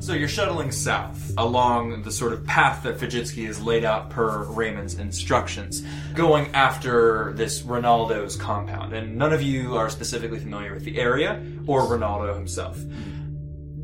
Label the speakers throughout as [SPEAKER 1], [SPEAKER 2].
[SPEAKER 1] So you're shuttling south along the sort of path that Fajitsky has laid out per Raymond's instructions, going after this Ronaldo's compound. And none of you are specifically familiar with the area or Ronaldo himself.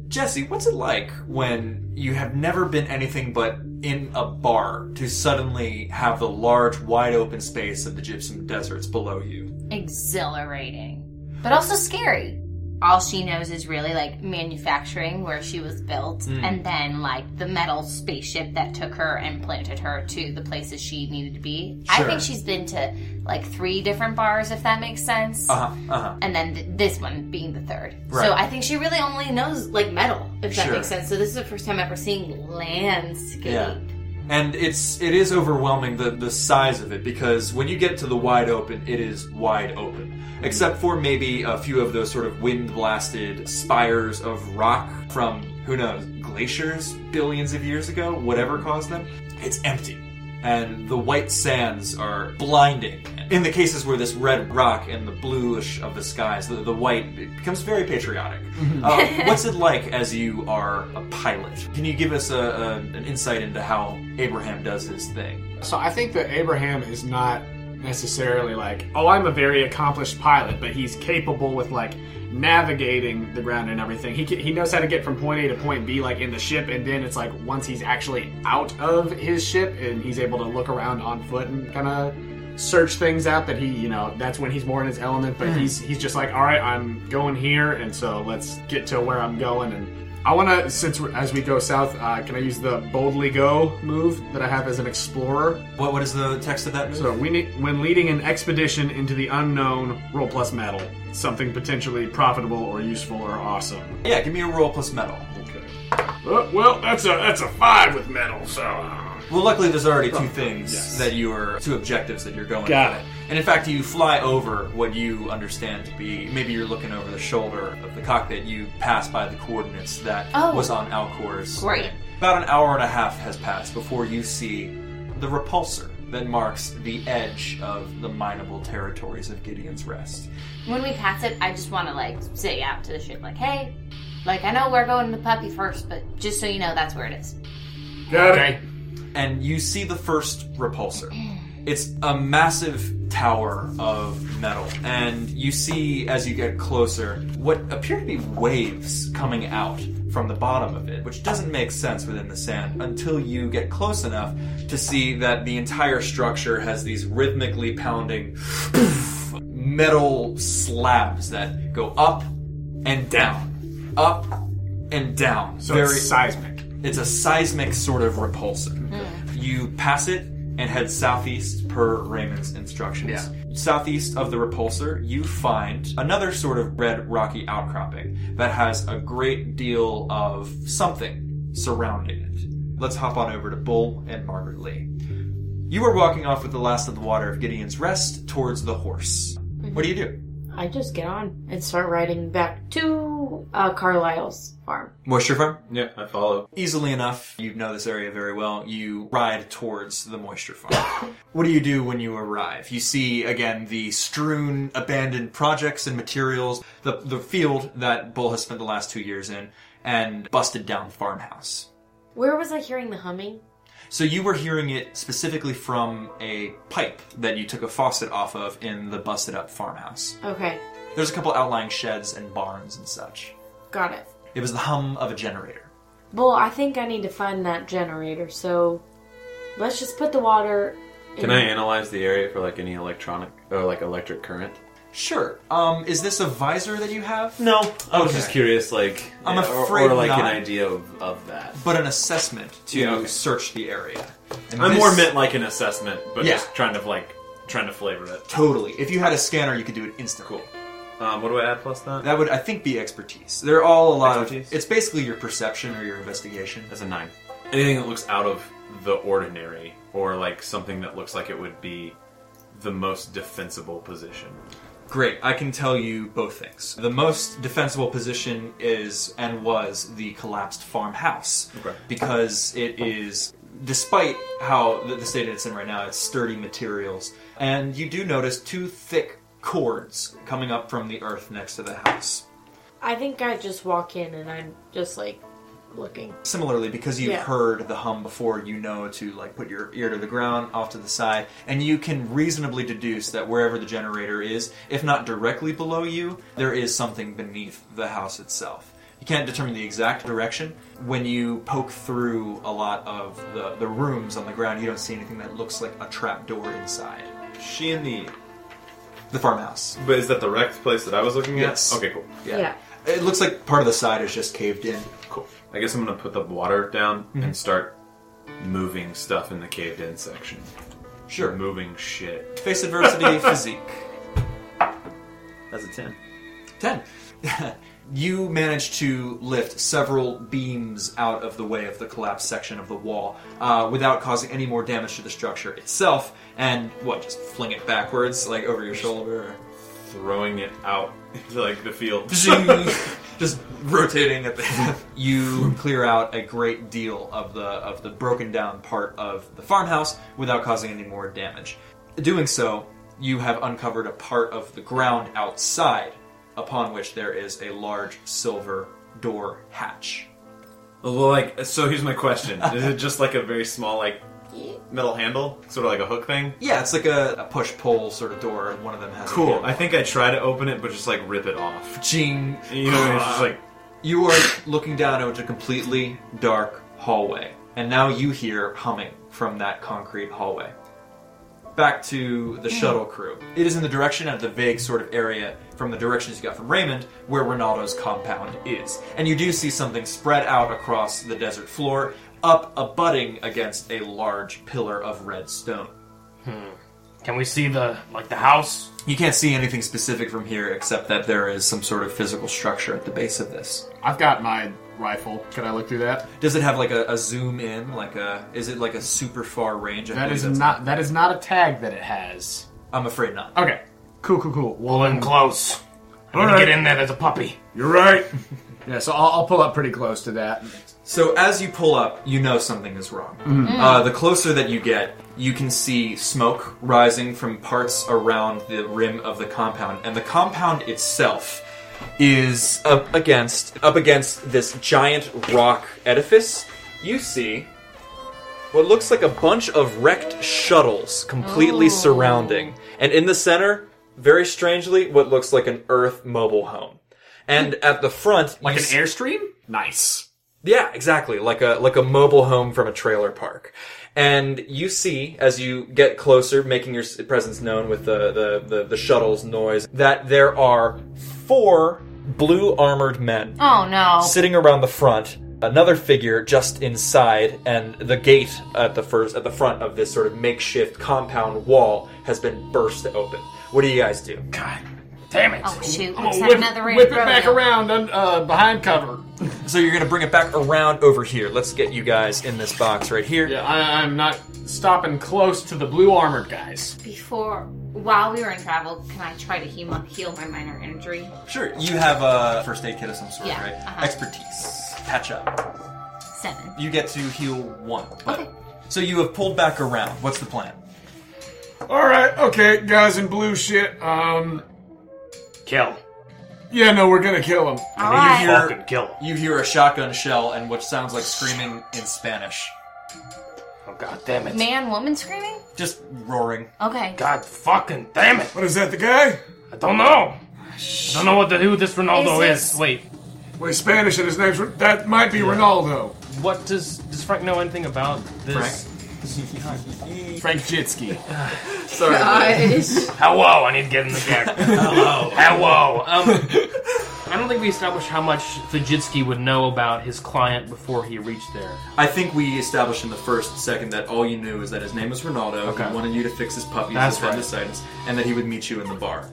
[SPEAKER 1] Jesse, what's it like when you have never been anything but in a bar to suddenly have the large, wide open space of the gypsum deserts below you?
[SPEAKER 2] Exhilarating, but also scary. All she knows is really like manufacturing where she was built,
[SPEAKER 1] Hmm.
[SPEAKER 2] and then like the metal spaceship that took her and planted her to the places she needed to be. I
[SPEAKER 1] Sure.
[SPEAKER 2] think she's been to like three different bars, if that makes sense.
[SPEAKER 1] Uh huh, uh huh.
[SPEAKER 2] and then th- this one being the third.
[SPEAKER 1] Right.
[SPEAKER 2] So I think she really only knows like metal, if that
[SPEAKER 1] Sure.
[SPEAKER 2] makes sense. So this is the first time ever seeing landscape.
[SPEAKER 1] Yeah. And it's it is overwhelming the the size of it because when you get to the wide open, it is wide open. Except for maybe a few of those sort of wind blasted spires of rock from who knows glaciers billions of years ago, whatever caused them. It's empty, and the white sands are blinding. In the cases where this red rock and the bluish of the skies, the, the white it becomes very patriotic. Uh, what's it like as you are a pilot? Can you give us a, a, an insight into how Abraham does his thing?
[SPEAKER 3] So I think that Abraham is not necessarily like, oh, I'm a very accomplished pilot, but he's capable with like navigating the ground and everything. He, ca- he knows how to get from point A to point B like in the ship, and then it's like once he's actually out of his ship and he's able to look around on foot and kind of search things out that he you know that's when he's more in his element but he's he's just like all right i'm going here and so let's get to where i'm going and I want to, since we're, as we go south, uh, can I use the boldly go move that I have as an explorer?
[SPEAKER 1] What what is the text of that move?
[SPEAKER 3] So we need, when leading an expedition into the unknown, roll plus metal, something potentially profitable or useful or awesome.
[SPEAKER 1] yeah, give me a roll plus metal.
[SPEAKER 3] Okay. Uh, well, that's a that's a five with metal, so. uh,
[SPEAKER 1] Well, luckily there's already two things
[SPEAKER 3] yes.
[SPEAKER 1] that you are two objectives that you're going.
[SPEAKER 3] Got
[SPEAKER 1] for.
[SPEAKER 3] it.
[SPEAKER 1] And in fact, you fly over what you understand to be maybe you're looking over the shoulder of the cockpit. You pass by the coordinates that
[SPEAKER 2] Oh.
[SPEAKER 1] was on Alcor's.
[SPEAKER 2] Great.
[SPEAKER 1] thing. About an hour and a half has passed before you see the repulsor that marks the edge of the mineable territories of Gideon's Rest.
[SPEAKER 2] When we pass it, I just want to like say out to the ship, like, hey, like I know we're going to the puppy first, but just so you know, that's where it is.
[SPEAKER 3] Got it.
[SPEAKER 1] and you see the first repulsor. It's a massive tower of metal, and you see as you get closer what appear to be waves coming out from the bottom of it, which doesn't make sense within the sand until you get close enough to see that the entire structure has these rhythmically pounding metal slabs that go up and down, up and down.
[SPEAKER 3] So it's seismic.
[SPEAKER 1] It's a seismic sort of repulsor. You pass it and head southeast per Raymond's instructions.
[SPEAKER 3] Yeah.
[SPEAKER 1] Southeast of the repulsor, you find another sort of red rocky outcropping that has a great deal of something surrounding it. Let's hop on over to Bull and Margaret Lee. You are walking off with the last of the water of Gideon's Rest towards the horse. What do you do?
[SPEAKER 4] I just get on and start riding back to uh, Carlisle's farm.
[SPEAKER 1] What's your farm?
[SPEAKER 5] Yeah, I follow.
[SPEAKER 1] Easily enough, you know this area very well. You ride towards the moisture farm. what do you do when you arrive? You see again the strewn, abandoned projects and materials, the the field that Bull has spent the last two years in, and busted down farmhouse.
[SPEAKER 4] Where was I hearing the humming?
[SPEAKER 1] So you were hearing it specifically from a pipe that you took a faucet off of in the busted up farmhouse.
[SPEAKER 4] Okay,
[SPEAKER 1] There's a couple outlying sheds and barns and such.
[SPEAKER 4] got it.
[SPEAKER 1] It was the hum of a generator.
[SPEAKER 4] Well, I think I need to find that generator, so let's just put the water. In.
[SPEAKER 5] Can I analyze the area for like any electronic or like electric current?
[SPEAKER 1] Sure. Um, is this a visor that you have?
[SPEAKER 5] No, I was
[SPEAKER 1] Okay.
[SPEAKER 5] just curious, like
[SPEAKER 1] I'm
[SPEAKER 5] or-
[SPEAKER 1] afraid
[SPEAKER 5] or, like
[SPEAKER 1] not.
[SPEAKER 5] an idea of, of that.
[SPEAKER 1] but an assessment to
[SPEAKER 5] Yeah, okay.
[SPEAKER 1] search the area. And
[SPEAKER 5] I
[SPEAKER 1] this-
[SPEAKER 5] more meant like an assessment, but
[SPEAKER 1] Yeah.
[SPEAKER 5] just trying to like trying to flavor it.
[SPEAKER 1] totally. If you had a scanner, you could do it instantly.
[SPEAKER 5] Um, what do I add plus that?
[SPEAKER 1] That would, I think, be expertise. They're all a lot
[SPEAKER 5] Expertise?
[SPEAKER 1] of. It's basically your perception or your investigation.
[SPEAKER 5] That's a nine. Anything that looks out of the ordinary, or like something that looks like it would be the most defensible position.
[SPEAKER 1] Great. I can tell you both things. The most defensible position is and was the collapsed farmhouse.
[SPEAKER 5] Okay.
[SPEAKER 1] Because it is, despite how the, the state it's in right now, it's sturdy materials. And you do notice two thick cords coming up from the earth next to the house.
[SPEAKER 4] I think I just walk in and I'm just like looking.
[SPEAKER 1] Similarly, because you've
[SPEAKER 4] Yeah.
[SPEAKER 1] heard the hum before, you know to like put your ear to the ground, off to the side, and you can reasonably deduce that wherever the generator is, if not directly below you, there is something beneath the house itself. You can't determine the exact direction. When you poke through a lot of the, the rooms on the ground, you don't see anything that looks like a trapdoor inside.
[SPEAKER 5] She and the.
[SPEAKER 1] The farmhouse.
[SPEAKER 5] But is that the wrecked place that I was looking at?
[SPEAKER 1] Yes.
[SPEAKER 5] Okay, cool.
[SPEAKER 4] Yeah.
[SPEAKER 1] It looks like part of the side is just caved in.
[SPEAKER 5] Cool. I guess I'm gonna put the water down
[SPEAKER 1] Mm-hmm.
[SPEAKER 5] and start moving stuff in the caved in section. Moving shit.
[SPEAKER 1] Face adversity, physique.
[SPEAKER 6] That's a 10.
[SPEAKER 1] 10. you manage to lift several beams out of the way of the collapsed section of the wall uh, without causing any more damage to the structure itself, and what, just fling it backwards, like over your shoulder?
[SPEAKER 5] Throwing it out into like the field.
[SPEAKER 1] Zing! just rotating at the you clear out a great deal of the of the broken down part of the farmhouse without causing any more damage doing so you have uncovered a part of the ground outside upon which there is a large silver door hatch
[SPEAKER 5] Well, like, so here's my question: Is it just like a very small, like, metal handle, sort of like a hook thing?
[SPEAKER 1] yeah it's like a, a push pull sort of door and one of them has
[SPEAKER 5] Cool.
[SPEAKER 1] a
[SPEAKER 5] I think I try to open it, but just like rip it off.
[SPEAKER 1] ching
[SPEAKER 5] You know, it's just like
[SPEAKER 1] You are looking down into a completely dark hallway, and now you hear humming from that concrete hallway. Back to the shuttle crew. It is in the direction of the vague sort of area from the directions you got from Raymond, where Ronaldo's compound is. And you do see something spread out across the desert floor, up abutting against a large pillar of red stone.
[SPEAKER 6] Can we see the, like, the house?
[SPEAKER 1] You can't see anything specific from here except that there is some sort of physical structure at the base of this.
[SPEAKER 3] I've got my rifle. Can I look through that?
[SPEAKER 1] Does it have like a, a zoom in? Like a is it like a super far range? I
[SPEAKER 3] That
[SPEAKER 1] believe
[SPEAKER 3] is
[SPEAKER 1] that's-
[SPEAKER 3] not that is not a tag that it has.
[SPEAKER 1] I'm afraid not.
[SPEAKER 3] Okay. Cool, cool, cool. Well,
[SPEAKER 6] Well, then close. I'm gonna
[SPEAKER 3] Alright.
[SPEAKER 6] get in there. There's a puppy.
[SPEAKER 3] you're right. yeah, so I'll, I'll pull up pretty close to that.
[SPEAKER 1] So as you pull up, you know something is wrong. Uh, the closer that you get, you can see smoke rising from parts around the rim of the compound, and the compound itself is up against up against this giant rock edifice. You see what looks like a bunch of wrecked shuttles completely surrounding, and in the center, very strangely, what looks like an Earth mobile home. And at the front,
[SPEAKER 3] Like
[SPEAKER 1] you
[SPEAKER 3] an
[SPEAKER 1] see-
[SPEAKER 3] airstream? Nice.
[SPEAKER 1] yeah, exactly. Like a like a mobile home from a trailer park. And you see, as you get closer, making your s- presence known with the, the, the, the shuttle's noise, that there are four blue armored men
[SPEAKER 2] Oh no.
[SPEAKER 1] sitting around the front. Another figure just inside, and the gate at the first at the front of this sort of makeshift compound wall has been burst open. What do you guys do?
[SPEAKER 6] Damn it.
[SPEAKER 2] Oh shoot.
[SPEAKER 3] I'm
[SPEAKER 2] Looks
[SPEAKER 3] gonna
[SPEAKER 2] like another ra-
[SPEAKER 3] whip it back
[SPEAKER 2] rodeo.
[SPEAKER 3] around un- uh, behind cover.
[SPEAKER 1] So you're gonna bring it back around over here. Let's get you guys in this box right here.
[SPEAKER 3] Yeah, I, I'm not stopping close to the blue armored guys.
[SPEAKER 2] Before, while we were in travel, can I try to heal my, heal my minor injury?
[SPEAKER 1] Sure. You have a first aid kit of some sort,
[SPEAKER 2] Yeah,
[SPEAKER 1] right?
[SPEAKER 2] uh-huh.
[SPEAKER 1] Expertise. Patch up.
[SPEAKER 2] Seven.
[SPEAKER 1] You get to heal one. but-
[SPEAKER 2] Okay.
[SPEAKER 1] So you have pulled back around. What's the plan?
[SPEAKER 3] All right, okay, guys in blue shit. Um,
[SPEAKER 6] Kill.
[SPEAKER 3] yeah, no, we're gonna kill him.
[SPEAKER 2] All
[SPEAKER 1] you
[SPEAKER 2] right.
[SPEAKER 1] hear-
[SPEAKER 6] Fucking kill.
[SPEAKER 1] You hear a shotgun shell and what sounds like screaming in Spanish.
[SPEAKER 6] Oh, god damn it.
[SPEAKER 2] Man, woman screaming.
[SPEAKER 1] Just roaring.
[SPEAKER 2] Okay.
[SPEAKER 6] God fucking damn it.
[SPEAKER 3] What is that? The guy?
[SPEAKER 6] I don't know. I don't know what to do with this Ronaldo
[SPEAKER 2] Is
[SPEAKER 6] is.
[SPEAKER 2] this-
[SPEAKER 6] Wait,
[SPEAKER 3] Well, he's Spanish and his name's that might be Ronaldo.
[SPEAKER 6] what does does Frank know anything about this?
[SPEAKER 3] Frank Jitsky.
[SPEAKER 1] Sorry.
[SPEAKER 6] Hello, I need to get in the character. Hello. Hello. Um, I don't think we established how much Fujitski would know about his client before he reached there.
[SPEAKER 1] I think we established in the first second that all you knew is that his name was Ronaldo.
[SPEAKER 6] Okay.
[SPEAKER 1] He wanted you to fix his puppy's
[SPEAKER 6] That's right.
[SPEAKER 1] appendicitis, and that he would meet you in the bar.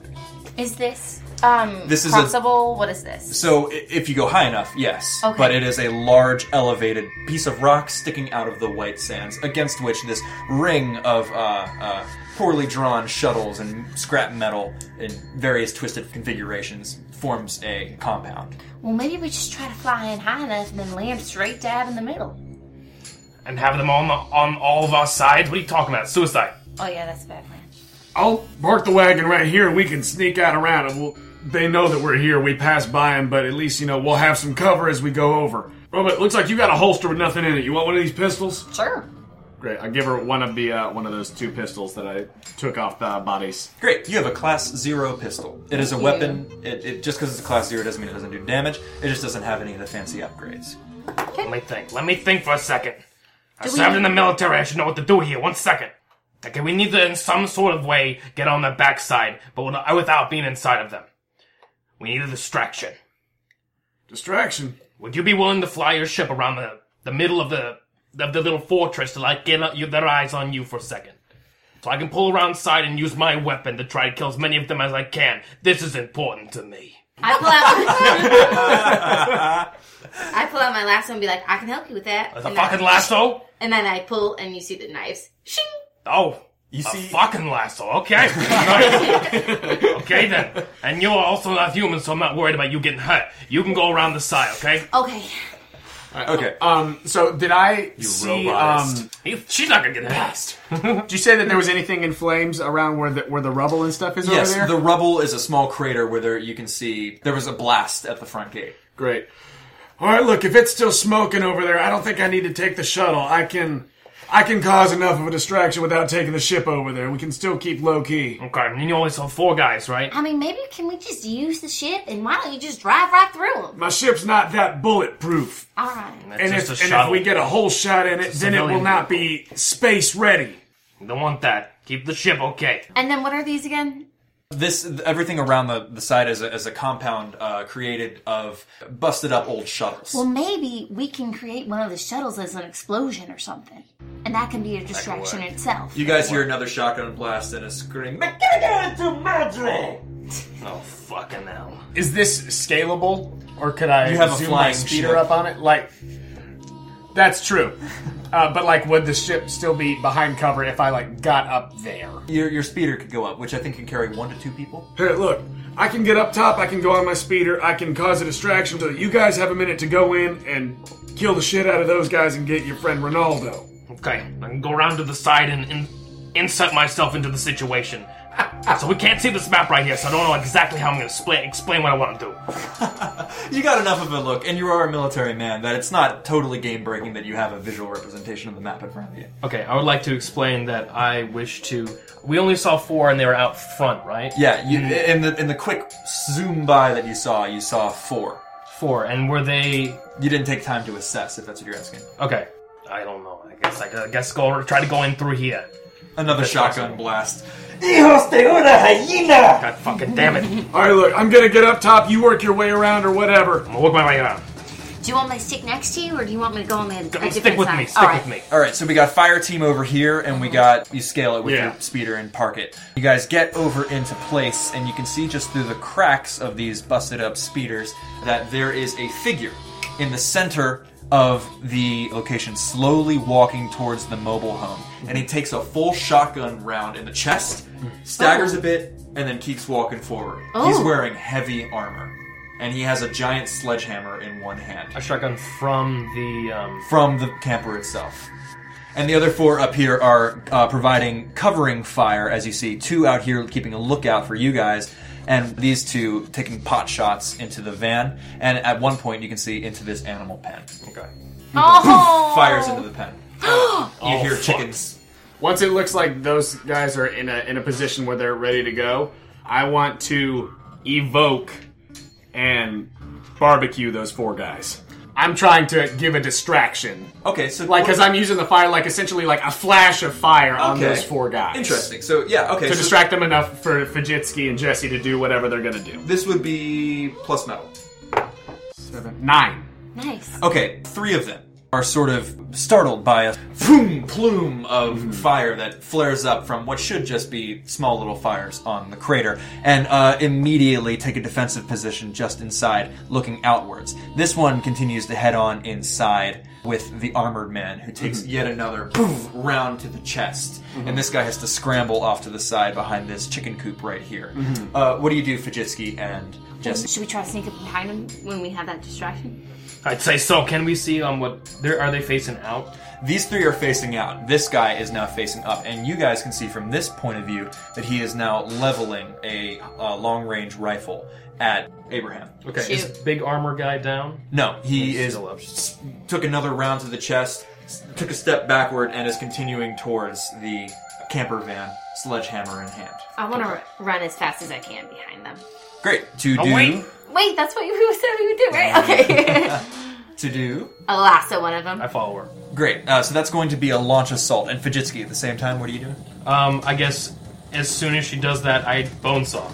[SPEAKER 2] Is this um
[SPEAKER 1] This is a-
[SPEAKER 2] possible? what is this?
[SPEAKER 1] So i- if you go high enough, yes.
[SPEAKER 2] Okay.
[SPEAKER 1] But it is a large, elevated piece of rock sticking out of the white sands, against which this ring of uh, uh, poorly drawn shuttles and scrap metal in various twisted configurations forms a compound.
[SPEAKER 2] Well, maybe we just try to fly in high enough and then land straight dab in the middle.
[SPEAKER 6] And have them on the, on all of our sides? What are you talking about? Suicide.
[SPEAKER 2] Oh yeah, that's a bad plan.
[SPEAKER 3] I'll park the wagon right here and we can sneak out around and we'll they know that we're here. We pass by him, but at least, you know, we'll have some cover as we go over. Robert, looks like you got a holster with nothing in it. You want one of these pistols?
[SPEAKER 2] Sure.
[SPEAKER 3] Great. I give her one of the uh, one of those two pistols that I took off the bodies.
[SPEAKER 1] Great. You have a class zero pistol. It is a
[SPEAKER 2] Thank you.
[SPEAKER 1] weapon. It, it just because it's a class zero doesn't mean it doesn't do damage. It just doesn't have any of the fancy upgrades.
[SPEAKER 6] Let me think. Let me think for a second. I
[SPEAKER 2] Do we-
[SPEAKER 6] served in the military. I should know what to do here. One second. Okay, we need to, in some sort of way, get on their backside, but with- uh, without being inside of them. We need a distraction.
[SPEAKER 3] Distraction.
[SPEAKER 6] Would you be willing to fly your ship around the, the middle of the of the little fortress to like get up your, their eyes on you for a second? So I can pull around side and use my weapon to try to kill as many of them as I can. This is important to me.
[SPEAKER 2] I pull out. I pull out my lasso and be like, I can help you with that.
[SPEAKER 6] The
[SPEAKER 2] and
[SPEAKER 6] fucking
[SPEAKER 2] then,
[SPEAKER 6] lasso?
[SPEAKER 2] And then I pull, and you see the knives. Shing!
[SPEAKER 6] Oh,
[SPEAKER 1] You
[SPEAKER 6] a
[SPEAKER 1] see,
[SPEAKER 6] fucking lasso. Okay, Nice. okay then. And you're also not human, so I'm not worried about you getting hurt. You can go around the side, okay?
[SPEAKER 2] Okay.
[SPEAKER 1] okay.
[SPEAKER 5] uh,
[SPEAKER 3] Um. So did I see?
[SPEAKER 1] robotist.
[SPEAKER 3] Um.
[SPEAKER 6] You- She's not gonna get hurt.
[SPEAKER 3] Did you say that there was anything in flames around where the where the rubble and stuff is
[SPEAKER 1] yes,
[SPEAKER 3] over there?
[SPEAKER 1] the rubble is a small crater where there you can see there was a blast at the front gate.
[SPEAKER 3] Great. All right. Look, if it's still smoking over there, I don't think I need to take the shuttle. I can. I can cause enough of a distraction without taking the ship over there. We can still keep low key.
[SPEAKER 6] Okay, and you only saw four guys, right?
[SPEAKER 2] I mean, maybe can we just use the ship, and why don't you just drive right through them?
[SPEAKER 3] My ship's not that bulletproof.
[SPEAKER 2] All right.
[SPEAKER 3] And if,
[SPEAKER 6] Just a
[SPEAKER 3] and if
[SPEAKER 6] shuttle.
[SPEAKER 3] we get a whole shot in it,
[SPEAKER 6] It's a
[SPEAKER 3] then it will
[SPEAKER 6] civilian
[SPEAKER 3] not be space ready.
[SPEAKER 6] Don't want that. Keep the ship okay.
[SPEAKER 2] And then what are these again?
[SPEAKER 1] This everything around the, the side is a, is a compound uh, created of busted up old shuttles.
[SPEAKER 2] Well, maybe we can create one of the shuttles as an explosion or something, and that can be a distraction
[SPEAKER 6] work.
[SPEAKER 2] itself.
[SPEAKER 1] you guys hear another shotgun blast and a scream.
[SPEAKER 6] Oh, fucking hell.
[SPEAKER 3] Is this scalable, or could I
[SPEAKER 1] You have a
[SPEAKER 3] zoom my
[SPEAKER 1] flying
[SPEAKER 3] speeder
[SPEAKER 1] ship.
[SPEAKER 3] up on it? Like, that's true. Uh, but like, would the ship still be behind cover if I like got up there?
[SPEAKER 1] Your, your speeder could go up, which I think can carry one to two people.
[SPEAKER 3] Here, look. I can get up top. I can go on my speeder. I can cause a distraction so that you guys have a minute to go in and kill the shit out of those guys and get your friend Ronaldo.
[SPEAKER 6] Okay, I can go around to the side and in- insert myself into the situation. so we can't see this map right here, so I don't know exactly how I'm gonna spla- explain what I want to do.
[SPEAKER 1] You got enough of a look, and you are a military man, that it's not totally game breaking that you have a visual representation of the map in front of you.
[SPEAKER 6] Okay, I would like to explain that I wish to. We only saw four, and they were out front, right?
[SPEAKER 1] Yeah, you, in the in the quick zoom by that you saw, you saw four.
[SPEAKER 6] Four, and were they?
[SPEAKER 1] You didn't take time to assess, if that's what you're asking.
[SPEAKER 6] Okay, I don't know. I guess I, I guess go try to go in through here.
[SPEAKER 1] Another shotgun blast.
[SPEAKER 6] God fucking damn it! I'm
[SPEAKER 3] All right, look. I'm gonna get up top. You work your way around or whatever.
[SPEAKER 6] gonna work my way around.
[SPEAKER 2] Do you want me to stick next to you, or do you want me to go on the a different
[SPEAKER 6] Stick with
[SPEAKER 2] side?
[SPEAKER 6] me. Stick
[SPEAKER 2] All right.
[SPEAKER 6] with me.
[SPEAKER 1] All right, so we got fire team over here, and we got you scale it with
[SPEAKER 3] Yeah.
[SPEAKER 1] your speeder and park it. You guys get over into place, and you can see just through the cracks of these busted up speeders that there is a figure in the center of the location, slowly walking towards the mobile home, and he takes a full shotgun round in the chest, staggers a bit, and then keeps walking forward. He's
[SPEAKER 2] Oh.
[SPEAKER 1] wearing heavy armor, and he has a giant sledgehammer in one hand
[SPEAKER 6] A shotgun from the. Um,
[SPEAKER 1] from the camper itself. And the other four up here are uh, providing covering fire, as you see. Two out here keeping a lookout for you guys, and these two taking pot shots into the van. And at one point, you can see into this animal pen.
[SPEAKER 6] okay.
[SPEAKER 2] Oh.
[SPEAKER 1] Fires into the pen.
[SPEAKER 3] Oh,
[SPEAKER 1] you hear
[SPEAKER 6] fuck.
[SPEAKER 1] chickens.
[SPEAKER 3] Once it looks like those guys are in a in a position where they're ready to go, I want to evoke and barbecue those four guys. I'm trying to give a distraction,
[SPEAKER 1] Okay, so
[SPEAKER 3] like because I'm using the fire, like essentially like a flash of fire on
[SPEAKER 1] Okay.
[SPEAKER 3] those four guys.
[SPEAKER 1] interesting. So yeah, okay.
[SPEAKER 3] To
[SPEAKER 1] so
[SPEAKER 3] distract them enough for Fujitski and Jesse to do whatever they're gonna do.
[SPEAKER 1] This would be plus metal.
[SPEAKER 3] Nine.
[SPEAKER 2] Nice.
[SPEAKER 1] Okay, three of them are sort of startled by a vroom plume of fire that flares up from what should just be small little fires on the crater, and uh, immediately take a defensive position just inside, looking outwards. This one continues to head on inside with the armored man, who takes yet another poof round to the chest, and this guy has to scramble off to the side behind this chicken coop right here. Uh, what do you do, Fujitski and Jesse?
[SPEAKER 2] Should we try to sneak up behind him when we have that distraction?
[SPEAKER 6] I'd say so. Can we see um what? They're, are they facing out?
[SPEAKER 1] These three are facing out. This guy is now facing up, and you guys can see from this point of view that he is now leveling a uh, long-range rifle at Abraham.
[SPEAKER 6] Okay,
[SPEAKER 2] Shoot.
[SPEAKER 6] is big armor guy down?
[SPEAKER 1] No, he is
[SPEAKER 6] still up.
[SPEAKER 1] s- took another round to the chest, s- took a step backward, and is continuing towards the camper van, sledgehammer in hand.
[SPEAKER 2] I want to run as fast as I can behind them.
[SPEAKER 1] Great to
[SPEAKER 6] Oh,
[SPEAKER 1] do
[SPEAKER 6] wait.
[SPEAKER 2] Wait, that's what you said we would do, right? Okay.
[SPEAKER 1] to do.
[SPEAKER 2] I'll lasso one of them.
[SPEAKER 6] I follow her.
[SPEAKER 1] Great. Uh, so that's going to be a launch assault and Fujitsuki at the same time. What are you doing?
[SPEAKER 6] Um, I guess as soon as she does that, I bonesaw.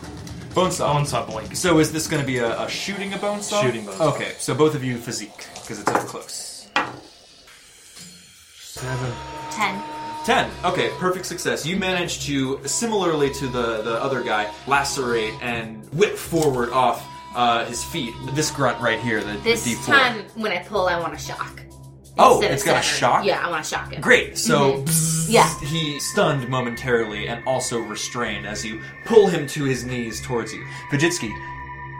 [SPEAKER 1] Bone saw.
[SPEAKER 6] Bonesaw boink.
[SPEAKER 1] So is this going to be a, a shooting a bone saw?
[SPEAKER 6] Shooting bone saw.
[SPEAKER 1] Okay, so both of you physique because it's up close.
[SPEAKER 6] Seven.
[SPEAKER 2] Ten.
[SPEAKER 1] Ten. Okay, perfect success. You manage to, similarly to the the other guy, lacerate and whip forward off uh, his feet. This grunt right here, the,
[SPEAKER 2] This
[SPEAKER 1] the D4.
[SPEAKER 2] time, when I pull, I want to shock.
[SPEAKER 1] oh,
[SPEAKER 2] instead of
[SPEAKER 1] it's got a
[SPEAKER 2] sever.
[SPEAKER 1] shock.
[SPEAKER 2] Yeah, I want to shock him.
[SPEAKER 1] Great. So bzzz,
[SPEAKER 2] Mm-hmm. Yeah.
[SPEAKER 1] he stunned momentarily and also restrained as you pull him to his knees towards you. Vajitsky,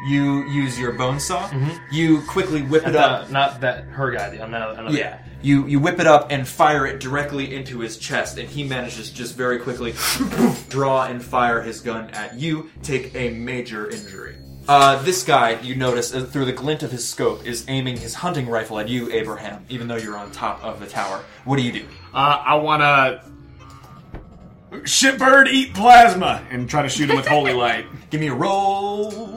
[SPEAKER 1] you use your bone saw. You quickly whip it up.
[SPEAKER 6] Mm-hmm. Uh, not that her guy. the- Another. another
[SPEAKER 1] Yeah. You you whip it up and fire it directly into his chest, and he manages just very quickly draw and fire his gun at you. Take a major injury. Uh, this guy, you notice uh, through the glint of his scope, is aiming his hunting rifle at you, Abraham. Even though you're on top of the tower, what do you do?
[SPEAKER 3] Uh, I want to shitbird eat plasma and try to shoot him with holy light.
[SPEAKER 1] Give me a roll.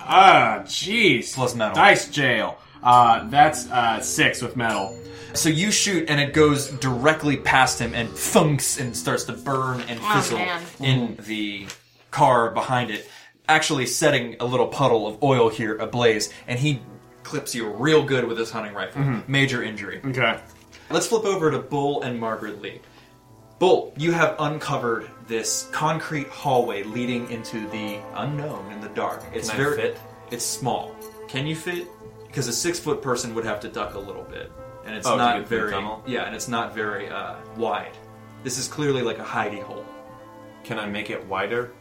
[SPEAKER 3] Ah, jeez.
[SPEAKER 1] Plus metal.
[SPEAKER 3] Dice jail. Uh, that's uh, six with metal.
[SPEAKER 1] So you shoot, and it goes directly past him, and thunks, and starts to burn and
[SPEAKER 2] Oh,
[SPEAKER 1] fizzle
[SPEAKER 2] man.
[SPEAKER 1] in the car behind it, actually setting a little puddle of oil here ablaze. And he clips you real good with his hunting rifle. Major injury.
[SPEAKER 3] Okay.
[SPEAKER 1] Let's flip over to Bull and Margaret Lee. Bull, you have uncovered this concrete hallway leading into the unknown in the dark. It's
[SPEAKER 5] Can I
[SPEAKER 1] very
[SPEAKER 5] fit?
[SPEAKER 1] it's small. Can you fit? Because a six foot person would have to duck a little bit, and it's
[SPEAKER 5] Oh, to
[SPEAKER 1] not
[SPEAKER 5] get through the
[SPEAKER 1] very
[SPEAKER 5] tunnel?
[SPEAKER 1] yeah, and it's not very uh, wide. This is clearly like a hidey hole.
[SPEAKER 5] Can I make it wider?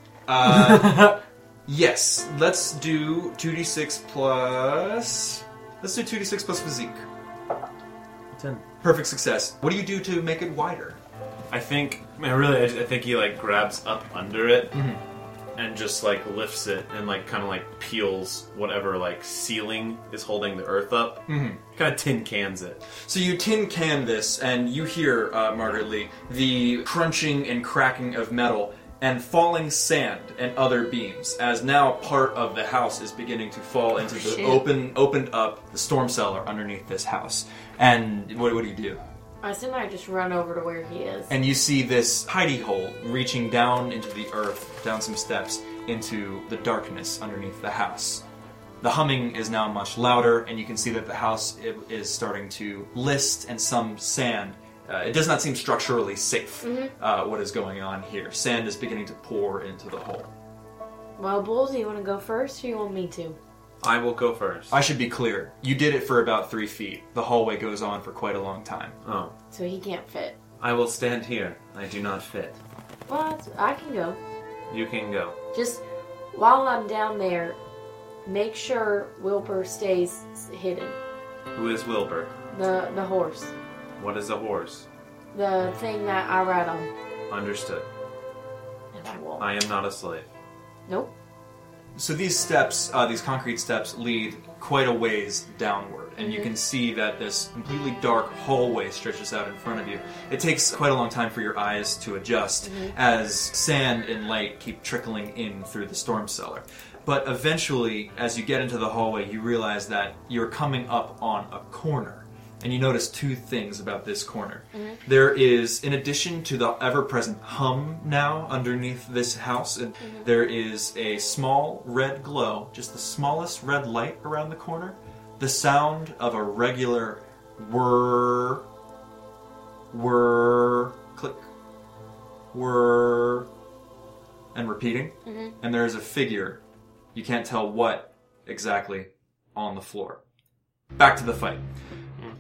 [SPEAKER 1] Yes, let's do two d six plus. Let's do two d six plus physique.
[SPEAKER 5] Ten.
[SPEAKER 1] Perfect success. What do you do to make it wider?
[SPEAKER 5] I think. I mean, really, I, I think he like grabs up under it
[SPEAKER 1] Mm-hmm.
[SPEAKER 5] and just like lifts it and like kind of like peels whatever like ceiling is holding the earth up. Mm-hmm. Kind of tin cans it.
[SPEAKER 1] So you tin can this, and you hear, uh, Margaret Lee, the crunching and cracking of metal and falling sand and other beams, as now part of the house is beginning to fall into the
[SPEAKER 2] shit.
[SPEAKER 1] open, opened up the storm cellar underneath this house. And what, what do you do?
[SPEAKER 4] I assume I just run over to where he is.
[SPEAKER 1] And you see this hidey hole reaching down into the earth, down some steps, into the darkness underneath the house. The humming is now much louder, and you can see that the house i- is starting to list and some sand. Uh, it does not seem structurally safe uh, what is going on here. Sand is beginning to pour into the hole.
[SPEAKER 4] Well, Bulls, you want to go first or you want me to?
[SPEAKER 5] I will go first.
[SPEAKER 1] I should be clear. You did it for about three feet. The hallway goes on for quite a long time.
[SPEAKER 5] oh,
[SPEAKER 4] So he can't fit.
[SPEAKER 5] I will stand here. I do not fit.
[SPEAKER 4] Well, that's- I can go.
[SPEAKER 5] You can go.
[SPEAKER 4] Just while I'm down there, make sure Wilbur stays s- hidden.
[SPEAKER 5] Who is Wilbur?
[SPEAKER 4] The the horse,
[SPEAKER 5] What is a horse?
[SPEAKER 4] the thing that I ride on,
[SPEAKER 5] Understood.
[SPEAKER 4] and I won't.
[SPEAKER 5] I am not a slave.
[SPEAKER 4] Nope.
[SPEAKER 1] So these steps, uh, these concrete steps, lead quite a ways downward, and you can see that this completely dark hallway stretches out in front of you. It takes quite a long time for your eyes to adjust as sand and light keep trickling in through the storm cellar. But eventually, as you get into the hallway, you realize that you're coming up on a corner. And you notice two things about this corner. There is, in addition to the ever present hum now underneath this house, and there is a small red glow, just the smallest red light around the corner, the sound of a regular whirr, whirr, click, whirr, and repeating. And there is a figure, you can't tell what exactly, on the floor. Back to the fight.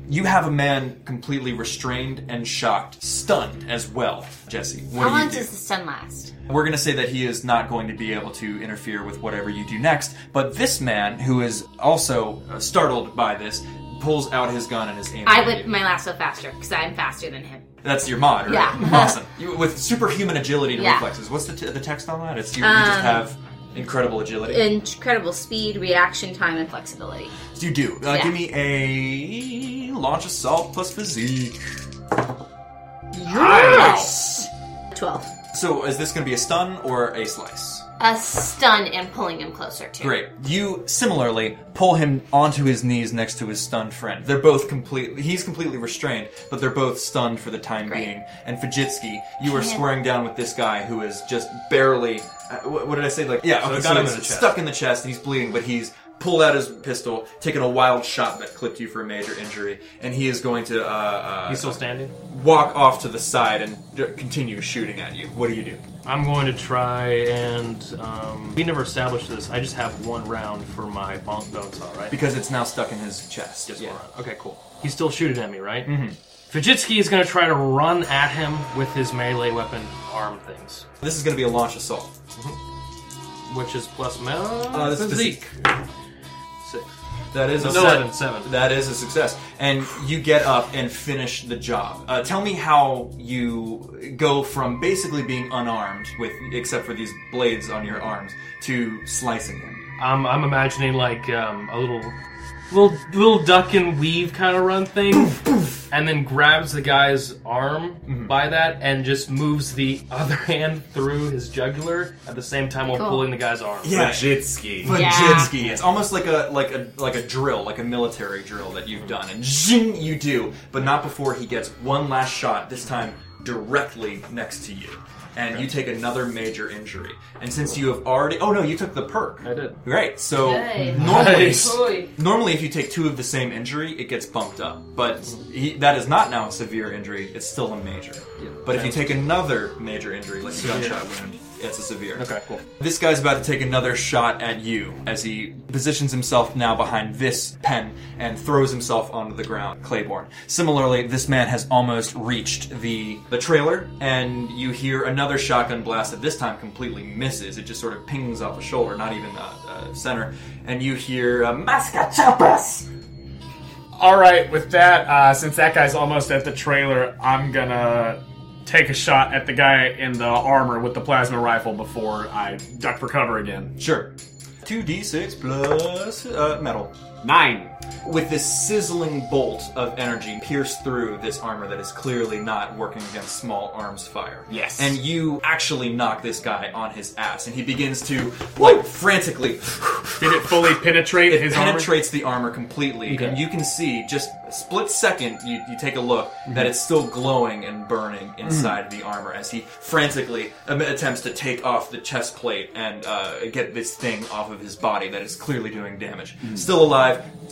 [SPEAKER 1] You have a man completely restrained and shocked, stunned as well, Jesse. What
[SPEAKER 2] How
[SPEAKER 1] do
[SPEAKER 2] long
[SPEAKER 1] you do?
[SPEAKER 2] does the stun last?
[SPEAKER 1] We're going to say that he is not going to be able to interfere with whatever you do next, but this man, who is also uh, startled by this, pulls out his gun and is aiming.
[SPEAKER 2] I
[SPEAKER 1] at
[SPEAKER 2] whip
[SPEAKER 1] you.
[SPEAKER 2] my lasso faster because I'm faster than him.
[SPEAKER 1] That's your mod, right?
[SPEAKER 2] Yeah.
[SPEAKER 1] awesome. You, with superhuman agility and
[SPEAKER 2] Yeah.
[SPEAKER 1] reflexes. What's the, t- the text on that? It's you, you just
[SPEAKER 2] Um,
[SPEAKER 1] have incredible agility.
[SPEAKER 2] Incredible speed, reaction time, and flexibility.
[SPEAKER 1] you do. Uh,
[SPEAKER 2] yeah.
[SPEAKER 1] Give me a launch assault plus physique.
[SPEAKER 2] Nice. Twelve.
[SPEAKER 1] So is this going to be a stun or a slice?
[SPEAKER 2] A stun and pulling him closer to.
[SPEAKER 1] Great. You similarly pull him onto his knees next to his stunned friend. They're both completely. He's completely restrained, but they're both stunned for the time
[SPEAKER 2] Great.
[SPEAKER 1] being. And Fajitsky, you are squaring down with this guy who is just barely. Uh, what, what did I say? Like yeah,
[SPEAKER 5] So
[SPEAKER 1] okay,
[SPEAKER 5] it got
[SPEAKER 1] so
[SPEAKER 5] him
[SPEAKER 1] it's
[SPEAKER 5] in the chest.
[SPEAKER 1] stuck in the chest. and He's bleeding, but he's pulled out his pistol, taken a wild shot that clipped you for a major injury, and he is going to uh, uh,
[SPEAKER 6] He's still standing.
[SPEAKER 1] walk off to the side and uh, continue shooting at you. What do you do?
[SPEAKER 6] I'm going to try and um, we never established this. I just have one round for my bonk bone saw, right?
[SPEAKER 1] Because it's now stuck in his chest.
[SPEAKER 6] Just
[SPEAKER 1] Yeah.
[SPEAKER 6] one round. Okay, cool. He's still shooting at me, right? Mm-hmm. Fujitsuki is going to try to run at him with his melee weapon arm things,
[SPEAKER 1] This is going to be a launch assault.
[SPEAKER 6] which is plus me-
[SPEAKER 1] Uh, this is
[SPEAKER 6] physique. Six.
[SPEAKER 1] That is a
[SPEAKER 6] No,
[SPEAKER 1] seven.
[SPEAKER 6] seven, seven.
[SPEAKER 1] That is a success, and you get up and finish the job. Uh, tell me how you go from basically being unarmed, with except for these blades on your arms, to slicing him.
[SPEAKER 6] I'm, I'm imagining like um, a little, little, little duck and weave kind of run thing, and then grabs the guy's arm
[SPEAKER 1] Mm-hmm.
[SPEAKER 6] by that and just moves the other hand through his jugular at the same time while
[SPEAKER 2] Cool.
[SPEAKER 6] pulling the guy's arm.
[SPEAKER 1] Yeah.
[SPEAKER 5] Fujitsuki.
[SPEAKER 2] Yeah.
[SPEAKER 1] Vajinsky. It's almost like a like a like a drill, like a military drill that you've done, and zing, you do, but not before he gets one last shot. This time directly next to you, and you take another major injury. And since you have already, oh no, you took the perk.
[SPEAKER 6] I did.
[SPEAKER 1] Great. So
[SPEAKER 2] Good.
[SPEAKER 1] normally,
[SPEAKER 6] Nice.
[SPEAKER 4] Oy.
[SPEAKER 1] normally if you take two of the same injury, it gets bumped up. But he, that is not now a severe injury; it's still a major. But if you take another major injury, like a gunshot wound, it's a severe.
[SPEAKER 6] Okay, cool.
[SPEAKER 1] This guy's about to take another shot at you as he positions himself now behind this pen and throws himself onto the ground, Claiborne. Similarly, this man has almost reached the the trailer, and you hear another shotgun blast that this time completely misses. It just sort of pings off the shoulder, not even uh, uh, center. And you hear uh, Masca Chapas.
[SPEAKER 3] All right, with that, uh, since that guy's almost at the trailer, I'm gonna take a shot at the guy in the armor with the plasma rifle before I duck for cover again.
[SPEAKER 1] Sure. 2d6 plus uh, metal.
[SPEAKER 3] Nine.
[SPEAKER 1] with this sizzling bolt of energy pierce through this armor that is clearly not working against small arms fire.
[SPEAKER 3] Yes.
[SPEAKER 1] And you actually knock this guy on his ass, and he begins to, like, frantically.
[SPEAKER 3] Did it fully penetrate
[SPEAKER 1] It
[SPEAKER 3] his armor?
[SPEAKER 1] penetrates the armor completely, and you can see just a split second. You, you take a look that it's still glowing and burning inside the armor as he frantically um, attempts to take off the chest plate and uh, get this thing off of his body that is clearly doing damage. Still alive,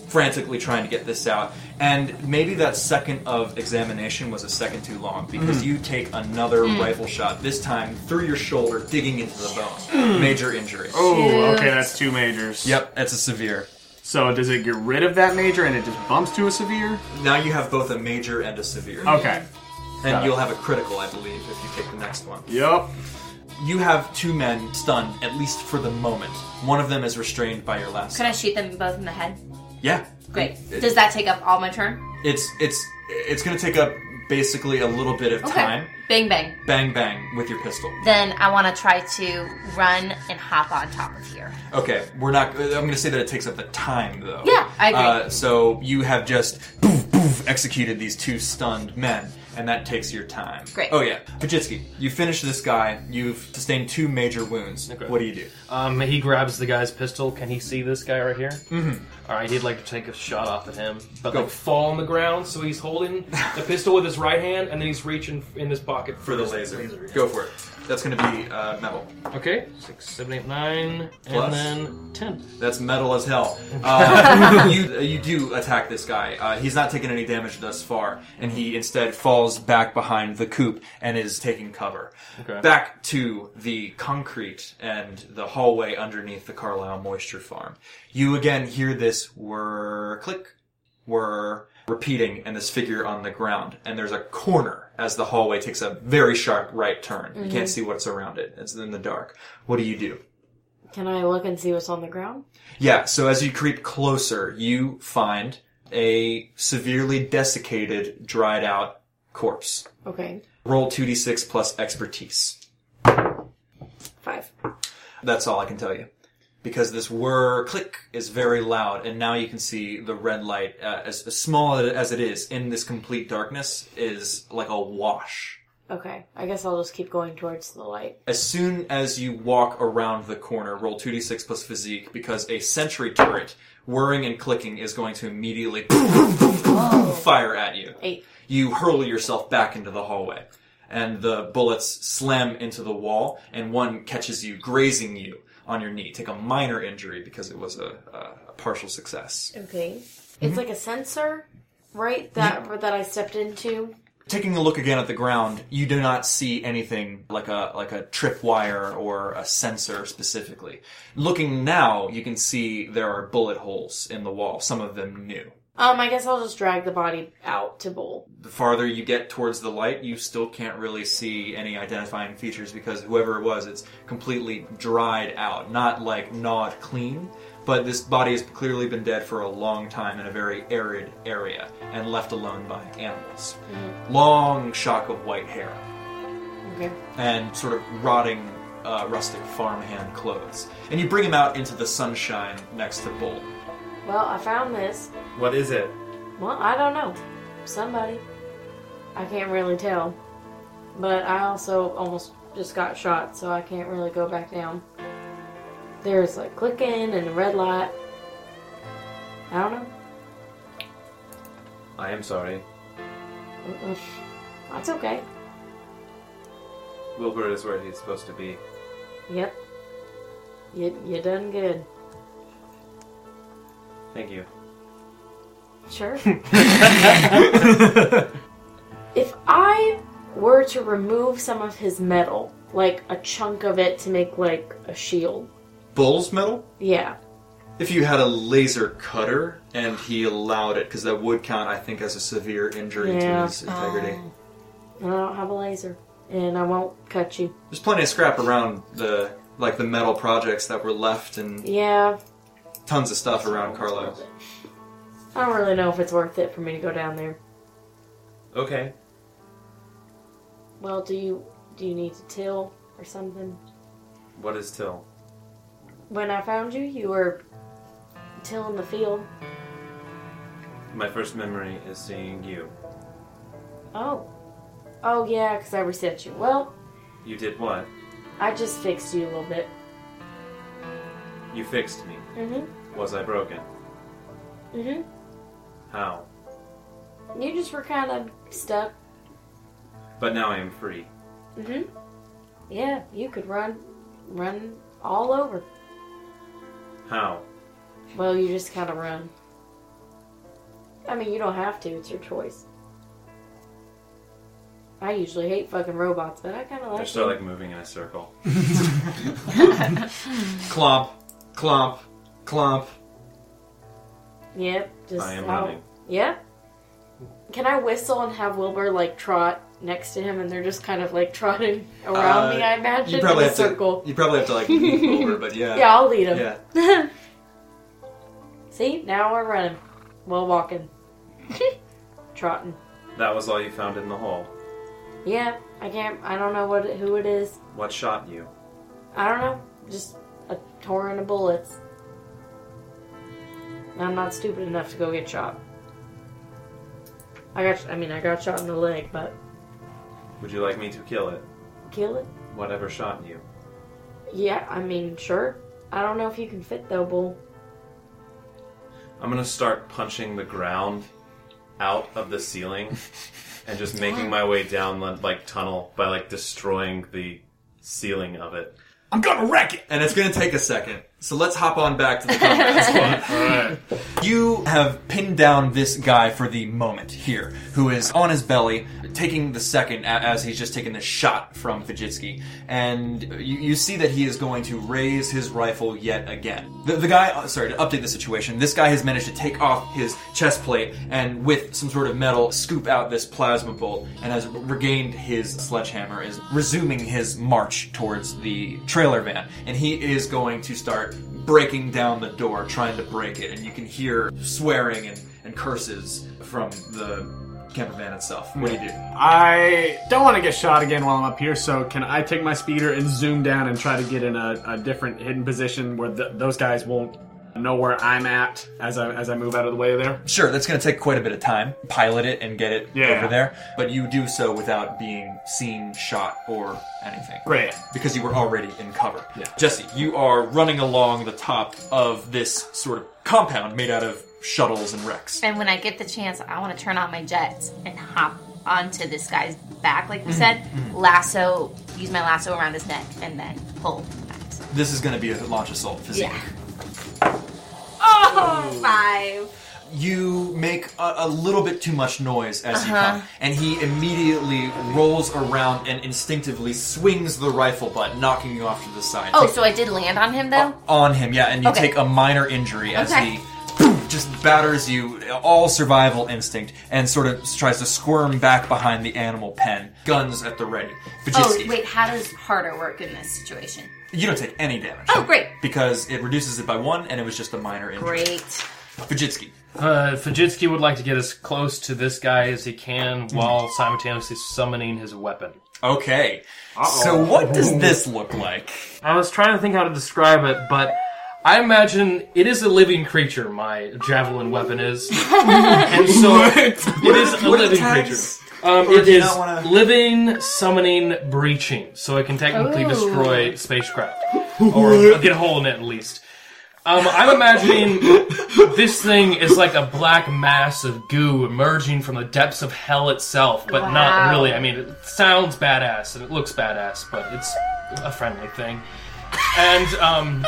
[SPEAKER 1] frantically trying to get this out, and maybe that second of examination was a second too long because you take another rifle shot this time through your shoulder, digging into the bone. Major injury.
[SPEAKER 3] Oh, okay, that's two majors.
[SPEAKER 1] Mm. Yep, that's a severe.
[SPEAKER 3] So does it get rid of that major and it just bumps to a severe?
[SPEAKER 1] Now you have both a major and a severe.
[SPEAKER 3] Okay.
[SPEAKER 1] And you'll have a critical, I believe, if you take the next one.
[SPEAKER 3] Yep.
[SPEAKER 1] You have two men stunned, at least for the moment. One of them is restrained by your last.
[SPEAKER 2] Could I shoot them both in the head?
[SPEAKER 1] yeah.
[SPEAKER 2] Great.
[SPEAKER 1] It-
[SPEAKER 2] Does that take up all my turn?
[SPEAKER 1] It's it's it's going to take up basically a little bit of
[SPEAKER 2] Okay.
[SPEAKER 1] time.
[SPEAKER 2] Bang bang.
[SPEAKER 1] Bang bang with your pistol.
[SPEAKER 2] Then I want to try to run and hop on top of here.
[SPEAKER 1] Okay, we're not. I'm going to say that it takes up the time though.
[SPEAKER 2] Yeah, I agree.
[SPEAKER 1] Uh, so you have just poof poof executed these two stunned men, and that takes your time.
[SPEAKER 2] Great.
[SPEAKER 1] Oh yeah, Pajitsky, you finish this guy. You've sustained two major wounds.
[SPEAKER 6] Okay.
[SPEAKER 1] What do you do?
[SPEAKER 6] Um, he grabs the guy's pistol. Can he see this guy right here? Mm-hmm. All right, he'd like to take a shot off at him, but
[SPEAKER 1] Go.
[SPEAKER 6] like fall on the ground. So he's holding the pistol with his right hand, and then he's reaching in his pocket
[SPEAKER 1] for the
[SPEAKER 6] his
[SPEAKER 1] laser.
[SPEAKER 6] yeah.
[SPEAKER 1] Go for it. That's going to be uh, metal.
[SPEAKER 6] Okay, six, seven, eight, nine,
[SPEAKER 1] Plus.
[SPEAKER 6] and then ten.
[SPEAKER 1] That's metal as hell. Uh, you you do attack this guy. Uh, he's not taking any damage thus far, and he instead falls back behind the coop and is taking cover.
[SPEAKER 6] Okay.
[SPEAKER 1] Back to the concrete and the hallway underneath the Carlisle Moisture Farm. You again hear this whir click were repeating and this figure on the ground and there's a corner as the hallway takes a very sharp right turn you can't see what's around it it's in the dark what do you do
[SPEAKER 4] Can I look and see what's on the ground?
[SPEAKER 1] yeah so as you creep closer you find a severely desiccated, dried out corpse.
[SPEAKER 4] Okay.
[SPEAKER 1] Roll 2d6 plus expertise.
[SPEAKER 4] Five.
[SPEAKER 1] That's all I can tell you. Because this whir click is very loud, and now you can see the red light, uh, as, as small as it is in this complete darkness, is like a wash.
[SPEAKER 4] Okay. I guess I'll just keep going towards the light.
[SPEAKER 1] As soon as you walk around the corner, roll 2d6 plus physique, because a sentry turret whirring and clicking is going to immediately fire at you.
[SPEAKER 4] Eight.
[SPEAKER 1] You hurl yourself back into the hallway, and the bullets slam into the wall, and one catches you, grazing you on your knee. Take a minor injury because it was a, a, a partial success.
[SPEAKER 4] Okay. It's like a sensor, right? That that I stepped into.
[SPEAKER 1] Taking a look again at the ground, you do not see anything like a like a tripwire or a sensor specifically. Looking now, you can see there are bullet holes in the wall. Some of them new.
[SPEAKER 4] Um, I guess I'll just drag the body out to bowl.
[SPEAKER 1] the farther you get towards the light, you still can't really see any identifying features because whoever it was, it's completely dried out, not like gnawed clean. But this body has clearly been dead for a long time in a very arid area and left alone by animals. Long shock of white hair
[SPEAKER 4] Okay.
[SPEAKER 1] and sort of rotting uh, rustic farmhand clothes. And you bring him out into the sunshine next to Bull.
[SPEAKER 4] Well, I found this.
[SPEAKER 5] What is it?
[SPEAKER 4] Well, I don't know. Somebody. I can't really tell. But I also almost just got shot, so I can't really go back down. There's like clicking and a red light. I don't know.
[SPEAKER 5] I am sorry.
[SPEAKER 4] Mm-mm. That's okay.
[SPEAKER 5] Wilbur is where he's supposed to be.
[SPEAKER 4] Yep. You, you done good.
[SPEAKER 5] Thank you.
[SPEAKER 4] Sure. if I were to remove some of his metal, like a chunk of it to make like a shield,
[SPEAKER 1] Bull's metal?
[SPEAKER 4] yeah.
[SPEAKER 1] If you had a laser cutter and he allowed it, because that would count, I think, as a severe injury to
[SPEAKER 4] Yeah.
[SPEAKER 1] his integrity.
[SPEAKER 4] And I don't have a laser, and I won't cut you.
[SPEAKER 1] There's plenty of scrap around the like the metal projects that were left, and
[SPEAKER 4] Yeah,
[SPEAKER 1] tons of stuff around Carlo.
[SPEAKER 4] I don't really know if it's worth it for me to go down there.
[SPEAKER 5] Okay.
[SPEAKER 4] Well, do you do you need to till or something?
[SPEAKER 5] What is Till?
[SPEAKER 4] When I found you, you were tilling the field.
[SPEAKER 5] My first memory is seeing you.
[SPEAKER 4] Oh, oh yeah, because I reset you. Well,
[SPEAKER 5] You did what?
[SPEAKER 4] I just fixed you a little bit.
[SPEAKER 5] You fixed me.
[SPEAKER 4] Mhm.
[SPEAKER 5] Was I broken?
[SPEAKER 4] Mhm.
[SPEAKER 5] How?
[SPEAKER 4] You just were kind of stuck.
[SPEAKER 5] But now I am free.
[SPEAKER 4] Mhm. Yeah, you could run, run all over.
[SPEAKER 5] How?
[SPEAKER 4] Well, you just kind of run. I mean, you don't have to. It's your choice. I usually hate fucking robots, but I kind of
[SPEAKER 5] I
[SPEAKER 4] like
[SPEAKER 5] start
[SPEAKER 4] them.
[SPEAKER 5] like moving in a circle.
[SPEAKER 1] Clomp, clomp, clomp.
[SPEAKER 4] Yep. Just
[SPEAKER 5] I am
[SPEAKER 4] how-
[SPEAKER 5] running.
[SPEAKER 4] Yep. Can I whistle and have Wilbur like trot next to him, and they're just kind of like trotting around
[SPEAKER 1] Uh,
[SPEAKER 4] me? I imagine
[SPEAKER 1] You probably
[SPEAKER 4] in a
[SPEAKER 1] have
[SPEAKER 4] circle.
[SPEAKER 1] to. You probably have to like lean over, but yeah,
[SPEAKER 4] Yeah, I'll lead him.
[SPEAKER 1] yeah.
[SPEAKER 4] See, now we're running. Well, walking, trotting.
[SPEAKER 5] That was all you found in the hole.
[SPEAKER 4] Yeah, I can't. I don't know what it- who it is.
[SPEAKER 5] What shot you?
[SPEAKER 4] I don't know. Just a torrent of bullets. And I'm not stupid enough to go get shot. I got. I mean, I got shot in the leg, but
[SPEAKER 5] Would you like me to kill it?
[SPEAKER 4] kill it.
[SPEAKER 5] Whatever shot you.
[SPEAKER 4] Yeah, I mean, sure. I don't know if you can fit though, bull.
[SPEAKER 5] I'm gonna start punching the ground out of the ceiling and just making my way down the like tunnel by like destroying the ceiling of it.
[SPEAKER 6] I'm gonna wreck it.
[SPEAKER 1] And it's gonna take a second, so let's hop on back to the combat squad. You have pinned down this guy for the moment here, who is on his belly, taking the second a- as he's just taking the shot from Fajitsky. And you, you see that he is going to raise his rifle yet again. The, the guy, uh, sorry, to update the situation, this guy has managed to take off his chest plate and with some sort of metal scoop out this plasma bolt and has regained his sledgehammer, is resuming his march towards the trailer van. And he is going to start breaking down the door, trying to break it, and you can hear swearing and, and and curses from the camper van itself. What do you do?
[SPEAKER 3] I don't want to get shot again while I'm up here, so can I take my speeder and zoom down and try to get in a, a different hidden position where th- those guys won't know where I'm at as I as I move out of the way there?
[SPEAKER 1] Sure, that's going to take quite a bit of time. Pilot it and get it
[SPEAKER 3] Yeah.
[SPEAKER 1] over there, but you do so without being seen, shot, or anything.
[SPEAKER 3] Right.
[SPEAKER 1] Because you were already in cover. Yeah. Jesse, you are running along the top of this sort of compound made out of shuttles and wrecks.
[SPEAKER 2] And when I get the chance, I want to turn on my jets and hop onto this guy's back, like we
[SPEAKER 6] Mm,
[SPEAKER 2] said. Lasso, use my lasso around his neck, and then pull. Nice.
[SPEAKER 1] This is going to be a launch assault physique.
[SPEAKER 2] Yeah. Oh, five.
[SPEAKER 1] You make a, a little bit too much noise as you
[SPEAKER 2] Uh-huh.
[SPEAKER 1] come, and he immediately rolls around and instinctively swings the rifle butt, knocking you off to the side.
[SPEAKER 2] Oh, so I did land on him though.
[SPEAKER 1] on him, yeah, and you
[SPEAKER 2] Okay.
[SPEAKER 1] take a minor injury as
[SPEAKER 2] Okay.
[SPEAKER 1] he poof, just batters you, all survival instinct, and sort of tries to squirm back behind the animal pen, guns at the ready.
[SPEAKER 2] Oh,
[SPEAKER 1] Vajitsky,
[SPEAKER 2] wait. How does harder work in this situation?
[SPEAKER 1] You don't take any damage.
[SPEAKER 2] Oh, great.
[SPEAKER 1] Because it reduces it by one, and it was just a minor injury.
[SPEAKER 2] Great.
[SPEAKER 1] Vajitsky.
[SPEAKER 6] Uh, Fujitsuki would like to get as close to this guy as he can while simultaneously summoning his weapon.
[SPEAKER 1] Okay. So what does this look like?
[SPEAKER 6] I was trying to think how to describe it, but I imagine it is a living creature, my javelin weapon is. and so it is a
[SPEAKER 1] What are the
[SPEAKER 6] living creature.
[SPEAKER 1] tags?
[SPEAKER 6] Um,
[SPEAKER 1] Or
[SPEAKER 6] it
[SPEAKER 1] do you
[SPEAKER 6] is
[SPEAKER 1] not wanna-
[SPEAKER 6] living, summoning, breaching, so it can technically
[SPEAKER 2] Ooh.
[SPEAKER 6] destroy spacecraft. or get a hole in it at least. Um, I'm imagining this thing is like a black mass of goo emerging from the depths of hell itself, but
[SPEAKER 2] Wow.
[SPEAKER 6] not really. I mean, it sounds badass and it looks badass, but it's a friendly thing. And um,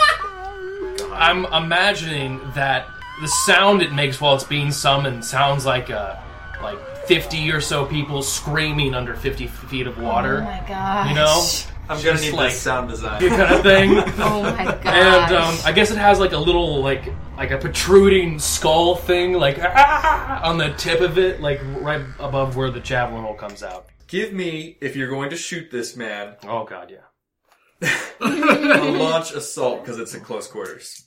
[SPEAKER 6] I'm imagining that the sound it makes while it's being summoned sounds like a, like 50 or so people screaming under 50 feet of
[SPEAKER 2] Oh
[SPEAKER 6] water,
[SPEAKER 2] my gosh.
[SPEAKER 6] you know,
[SPEAKER 1] I'm
[SPEAKER 6] gonna need like- this
[SPEAKER 1] sound design.
[SPEAKER 6] kind of thing.
[SPEAKER 2] Oh my gosh.
[SPEAKER 6] And um, I guess it has like a little like like a protruding skull thing like ah, on the tip of it, like right above where the javelin hole comes out.
[SPEAKER 1] Give me, if you're going to shoot this man,
[SPEAKER 6] Oh god, yeah.
[SPEAKER 1] a launch assault because it's in close quarters.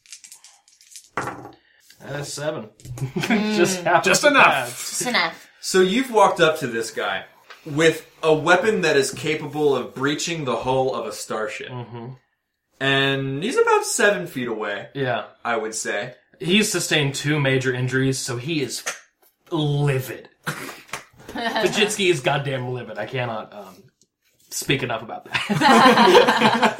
[SPEAKER 6] That is seven.
[SPEAKER 2] Hmm.
[SPEAKER 6] just happened
[SPEAKER 3] Just
[SPEAKER 6] to
[SPEAKER 3] enough.
[SPEAKER 6] pass.
[SPEAKER 2] It's enough.
[SPEAKER 1] So you've walked up to this guy with a weapon that is capable of breaching the hull of a starship. And he's about seven feet away,
[SPEAKER 6] Yeah,
[SPEAKER 1] I would say.
[SPEAKER 6] he's sustained two major injuries, so he is livid. Fajitsky is goddamn livid. I cannot um, speak enough about that.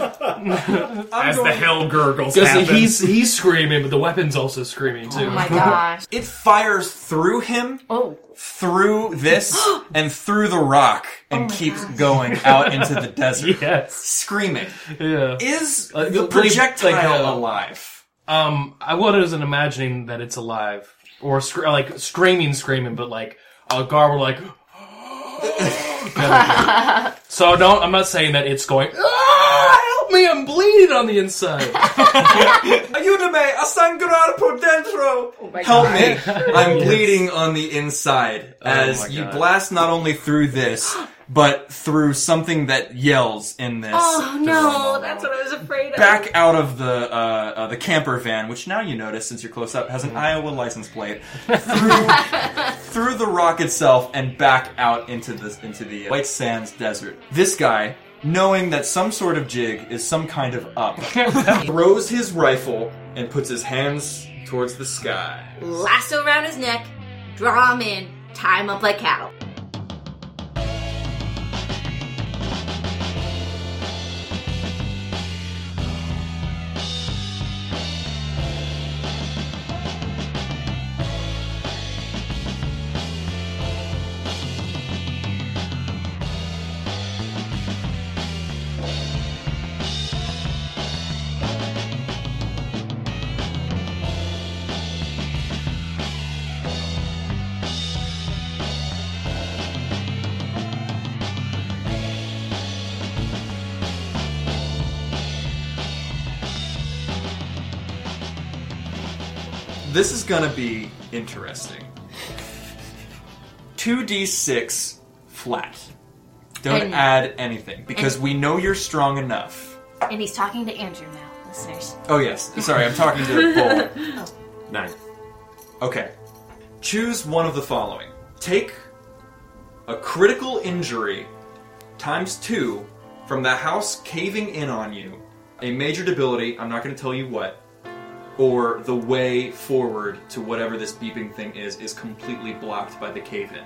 [SPEAKER 3] As the hell gurgles
[SPEAKER 6] Because
[SPEAKER 3] happen.
[SPEAKER 6] he's he's screaming, but the weapon's also screaming too.
[SPEAKER 2] Oh my gosh.
[SPEAKER 1] It fires through him,
[SPEAKER 4] Oh,
[SPEAKER 1] through this, and through the rock, and keeps going out into the desert,
[SPEAKER 6] yes.
[SPEAKER 1] screaming.
[SPEAKER 6] Yeah.
[SPEAKER 1] Is
[SPEAKER 6] Like,
[SPEAKER 1] the
[SPEAKER 6] like- like,
[SPEAKER 1] projectile
[SPEAKER 6] uh,
[SPEAKER 1] alive?
[SPEAKER 6] Um, I wasn't imagining that it's alive or sc- like screaming, screaming, but like a garble, like. kind of thing. so don't. I'm not saying that it's going. Ah, help me! I'm bleeding on the inside.
[SPEAKER 1] Ayúdame a sangrar por dentro. Help me. I'm bleeding on the inside
[SPEAKER 6] my
[SPEAKER 1] as you
[SPEAKER 6] God.
[SPEAKER 1] blast not only through this, but through something that yells in this.
[SPEAKER 4] oh no, that's what I was afraid of.
[SPEAKER 1] Back out of the uh, uh, the camper van, which now you notice since you're close up has an Iowa license plate, through, through the rock itself and back out into this into the White Sands desert. This guy, knowing that some sort of jig is some kind of up, throws his rifle and puts his hands towards the sky.
[SPEAKER 2] Lasso around his neck, draw him in, tie him up like cattle.
[SPEAKER 1] This is gonna be interesting. 2d6 flat. Don't
[SPEAKER 2] And-
[SPEAKER 1] add anything because we know you're strong enough.
[SPEAKER 2] And he's talking to Andrew now. listeners.
[SPEAKER 1] Oh yes. Sorry, I'm talking to Bull.
[SPEAKER 5] Nine.
[SPEAKER 1] Okay. Choose one of the following. Take a critical injury times two from the house caving in on you, a major debility, I'm not going to tell you what, or the way forward to whatever this beeping thing is is completely blocked by the cave in.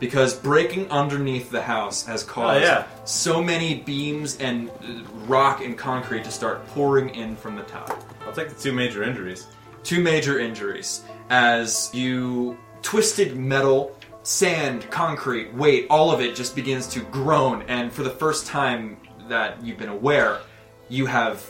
[SPEAKER 1] Because breaking underneath the house has caused
[SPEAKER 5] Oh, yeah.
[SPEAKER 1] so many beams and uh, rock and concrete to start pouring in from the top
[SPEAKER 5] I'll take the two major injuries.
[SPEAKER 1] two major injuries as you twisted metal, sand, concrete, weight, all of it just begins to groan, and for the first time that you've been aware, you have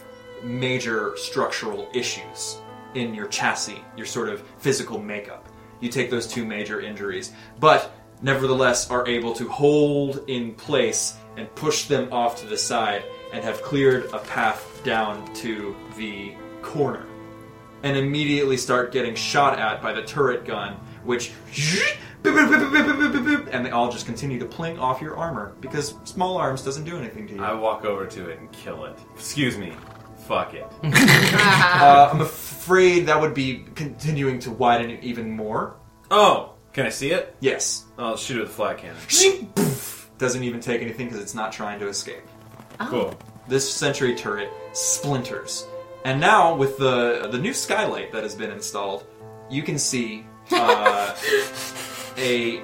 [SPEAKER 1] major structural issues in your chassis, your sort of physical makeup. You take those two major injuries, but nevertheless are able to hold in place and push them off to the side and have cleared a path down to the corner and immediately start getting shot at by the turret gun, which. And they all just continue to pling off your armor because small arms doesn't do anything to you.
[SPEAKER 5] I walk over to it and kill it. Excuse me. Fuck it.
[SPEAKER 1] Uh, I'm afraid that would be continuing to widen it even more.
[SPEAKER 5] oh, can I see it?
[SPEAKER 1] Yes.
[SPEAKER 5] I'll shoot it with a flat cannon.
[SPEAKER 1] Doesn't even take anything because it's not trying to escape.
[SPEAKER 5] Cool.
[SPEAKER 1] This century turret splinters, and now with the the new skylight that has been installed, you can see uh, a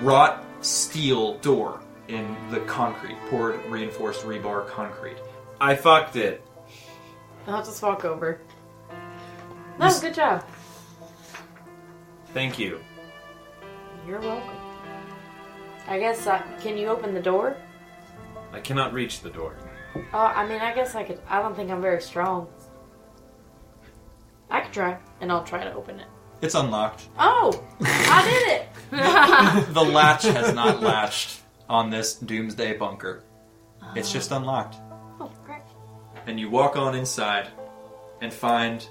[SPEAKER 1] wrought steel door in the concrete, poured reinforced rebar concrete.
[SPEAKER 5] I fucked it.
[SPEAKER 4] I'll just walk over. No, good job.
[SPEAKER 5] Thank you.
[SPEAKER 4] You're welcome. I guess I, can you open the door?
[SPEAKER 5] I cannot reach the door.
[SPEAKER 4] Oh, I mean, I guess I could. I don't think I'm very strong. I could try, and I'll try to open it.
[SPEAKER 1] It's unlocked.
[SPEAKER 4] Oh, I did it!
[SPEAKER 1] The latch has not latched on this doomsday bunker. It's just unlocked.
[SPEAKER 4] Oh, crap.
[SPEAKER 1] and you walk on inside and find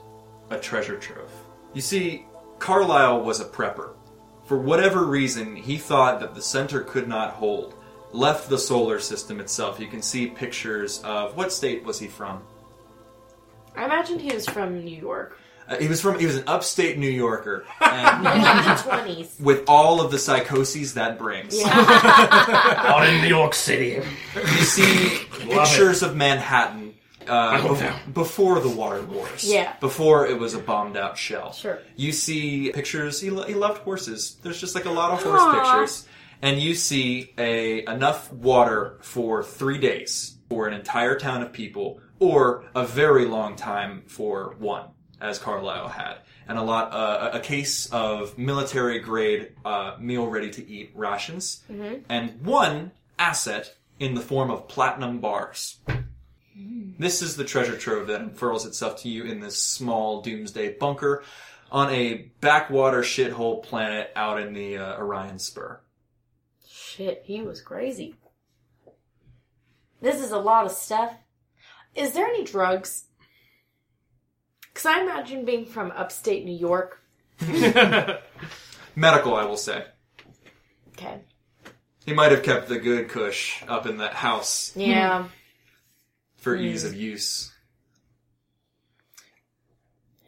[SPEAKER 1] a treasure trove. You see, Carlyle was a prepper. For whatever reason, he thought that the center could not hold, left the solar system itself. You can see pictures of what state was he from?
[SPEAKER 4] I imagined he was from New York.
[SPEAKER 1] Uh, he was from he was an upstate New Yorker, and
[SPEAKER 4] Like the 20s.
[SPEAKER 1] with all of the psychoses that brings.
[SPEAKER 4] Yeah.
[SPEAKER 6] Out in New York City.
[SPEAKER 1] You see pictures of Manhattan uh,
[SPEAKER 6] go
[SPEAKER 1] bef-
[SPEAKER 6] down.
[SPEAKER 1] before the water wars.
[SPEAKER 4] Yeah.
[SPEAKER 1] Before it was a bombed out shell.
[SPEAKER 4] Sure.
[SPEAKER 1] You see pictures. He, lo- he loved horses. There's just like a lot of horse
[SPEAKER 4] Aw.
[SPEAKER 1] pictures. And you see a enough water for three days for an entire town of people, or a very long time for one, as Carlisle had, and a lot uh, a a case of military grade uh, meal ready to eat rations, and one asset in the form of platinum bars. This is the treasure trove that unfurls itself to you in this small doomsday bunker on a backwater shithole planet out in the uh, Orion Spur.
[SPEAKER 4] Shit, he was crazy. This is a lot of stuff. Is there any drugs? Because I imagine being from upstate New York.
[SPEAKER 1] Medical, I will say.
[SPEAKER 4] Okay.
[SPEAKER 1] He might have kept the good cush up in that house
[SPEAKER 4] Yeah.
[SPEAKER 1] for ease of use.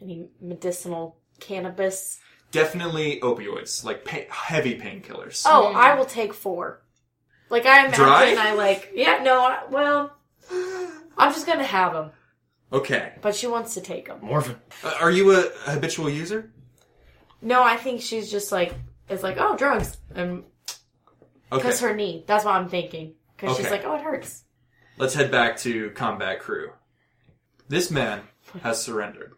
[SPEAKER 4] Any medicinal cannabis?
[SPEAKER 1] Definitely opioids, like pa- heavy painkillers.
[SPEAKER 4] Oh, I will take four. Like I imagine
[SPEAKER 1] Hmm. Dry?
[SPEAKER 4] I like yeah no I, well I'm just gonna have them,
[SPEAKER 1] Okay.
[SPEAKER 4] but she wants to take them.
[SPEAKER 6] Morphin.
[SPEAKER 1] Uh, are you a habitual user?
[SPEAKER 4] No, I think she's just like it's like oh drugs and
[SPEAKER 1] Okay.
[SPEAKER 4] because her knee. That's what I'm thinking because she's
[SPEAKER 1] Okay.
[SPEAKER 4] like oh it hurts.
[SPEAKER 1] Let's head back to combat crew. This man has surrendered.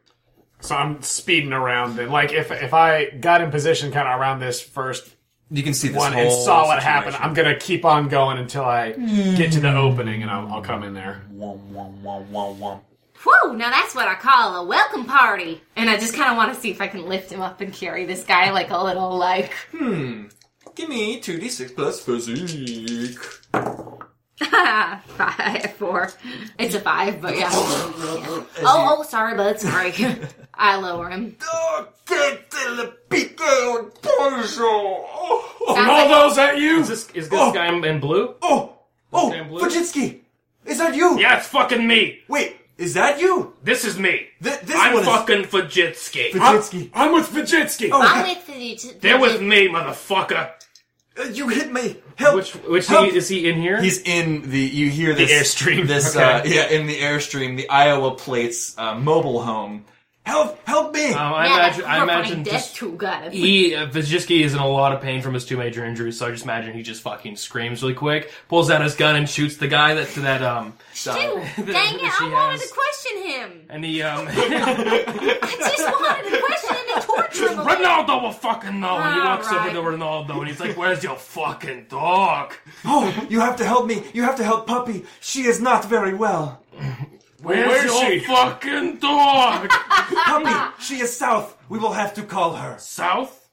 [SPEAKER 3] So I'm speeding around then. Like if if I got in position kind of around this first
[SPEAKER 1] You can see this
[SPEAKER 3] one
[SPEAKER 1] whole
[SPEAKER 3] and saw what
[SPEAKER 1] situation.
[SPEAKER 3] happened, I'm gonna keep on going until I get to the opening and I'll, I'll come in there.
[SPEAKER 1] Womp, womp, womp, womp, womp.
[SPEAKER 2] Whoa, now that's what I call a welcome party. And I just kind of want to see if I can lift him up and carry this guy like a little, like.
[SPEAKER 1] Give me 2d6 plus physique.
[SPEAKER 2] five, four. It's a five, but yeah. Oh, oh, sorry, bud. Sorry. I lower him.
[SPEAKER 1] Oh,
[SPEAKER 2] Sounds like-
[SPEAKER 3] those at you?
[SPEAKER 6] Is this, is this
[SPEAKER 1] Oh.
[SPEAKER 6] guy in blue?
[SPEAKER 1] oh,
[SPEAKER 6] Damn blue.
[SPEAKER 1] Fujitsuki! Is that you?
[SPEAKER 6] Yeah, it's fucking me.
[SPEAKER 1] Wait, Is that you?
[SPEAKER 6] This is me.
[SPEAKER 1] Th- this
[SPEAKER 6] I'm
[SPEAKER 1] one is-
[SPEAKER 6] fucking Fajitsky.
[SPEAKER 1] Vajitsky.
[SPEAKER 3] I'm with Vajitsky.
[SPEAKER 1] Oh,
[SPEAKER 2] I'm
[SPEAKER 1] he-
[SPEAKER 2] with the.
[SPEAKER 6] They're with me, motherfucker.
[SPEAKER 1] uh, you hit me! Help!
[SPEAKER 6] Which which
[SPEAKER 1] Help!
[SPEAKER 6] he, is he in here?
[SPEAKER 1] He's in the. You hear this
[SPEAKER 6] airstream.
[SPEAKER 1] This
[SPEAKER 6] Okay.
[SPEAKER 1] uh, yeah, in the airstream, the Iowa Plate's uh, mobile home. Help! Help me!
[SPEAKER 6] um,
[SPEAKER 2] Yeah,
[SPEAKER 6] I
[SPEAKER 2] that's
[SPEAKER 6] imagine. I imagine.
[SPEAKER 2] horrifying.
[SPEAKER 6] Just,
[SPEAKER 2] Death to God.
[SPEAKER 6] he uh, Vajitsky is in a lot of pain from his two major injuries, so I just imagine he just fucking screams really quick, pulls out his gun, and shoots the guy that to that um.
[SPEAKER 2] Dude, dang it!
[SPEAKER 6] that
[SPEAKER 2] I
[SPEAKER 6] she
[SPEAKER 2] wanted
[SPEAKER 6] has.
[SPEAKER 2] to question him.
[SPEAKER 6] And he um.
[SPEAKER 2] I just wanted to question him and torture him. a little.
[SPEAKER 6] Ronaldo will fucking know. And he walks
[SPEAKER 2] Alright.
[SPEAKER 6] over to Ronaldo and he's like, "Where's your fucking dog?
[SPEAKER 1] Oh, you have to help me! You have to help Puppy! She is not very well!
[SPEAKER 6] Where's,
[SPEAKER 3] Where's she?"
[SPEAKER 6] your fucking dog?
[SPEAKER 1] Puppy, she is south! We will have to call her!
[SPEAKER 6] South?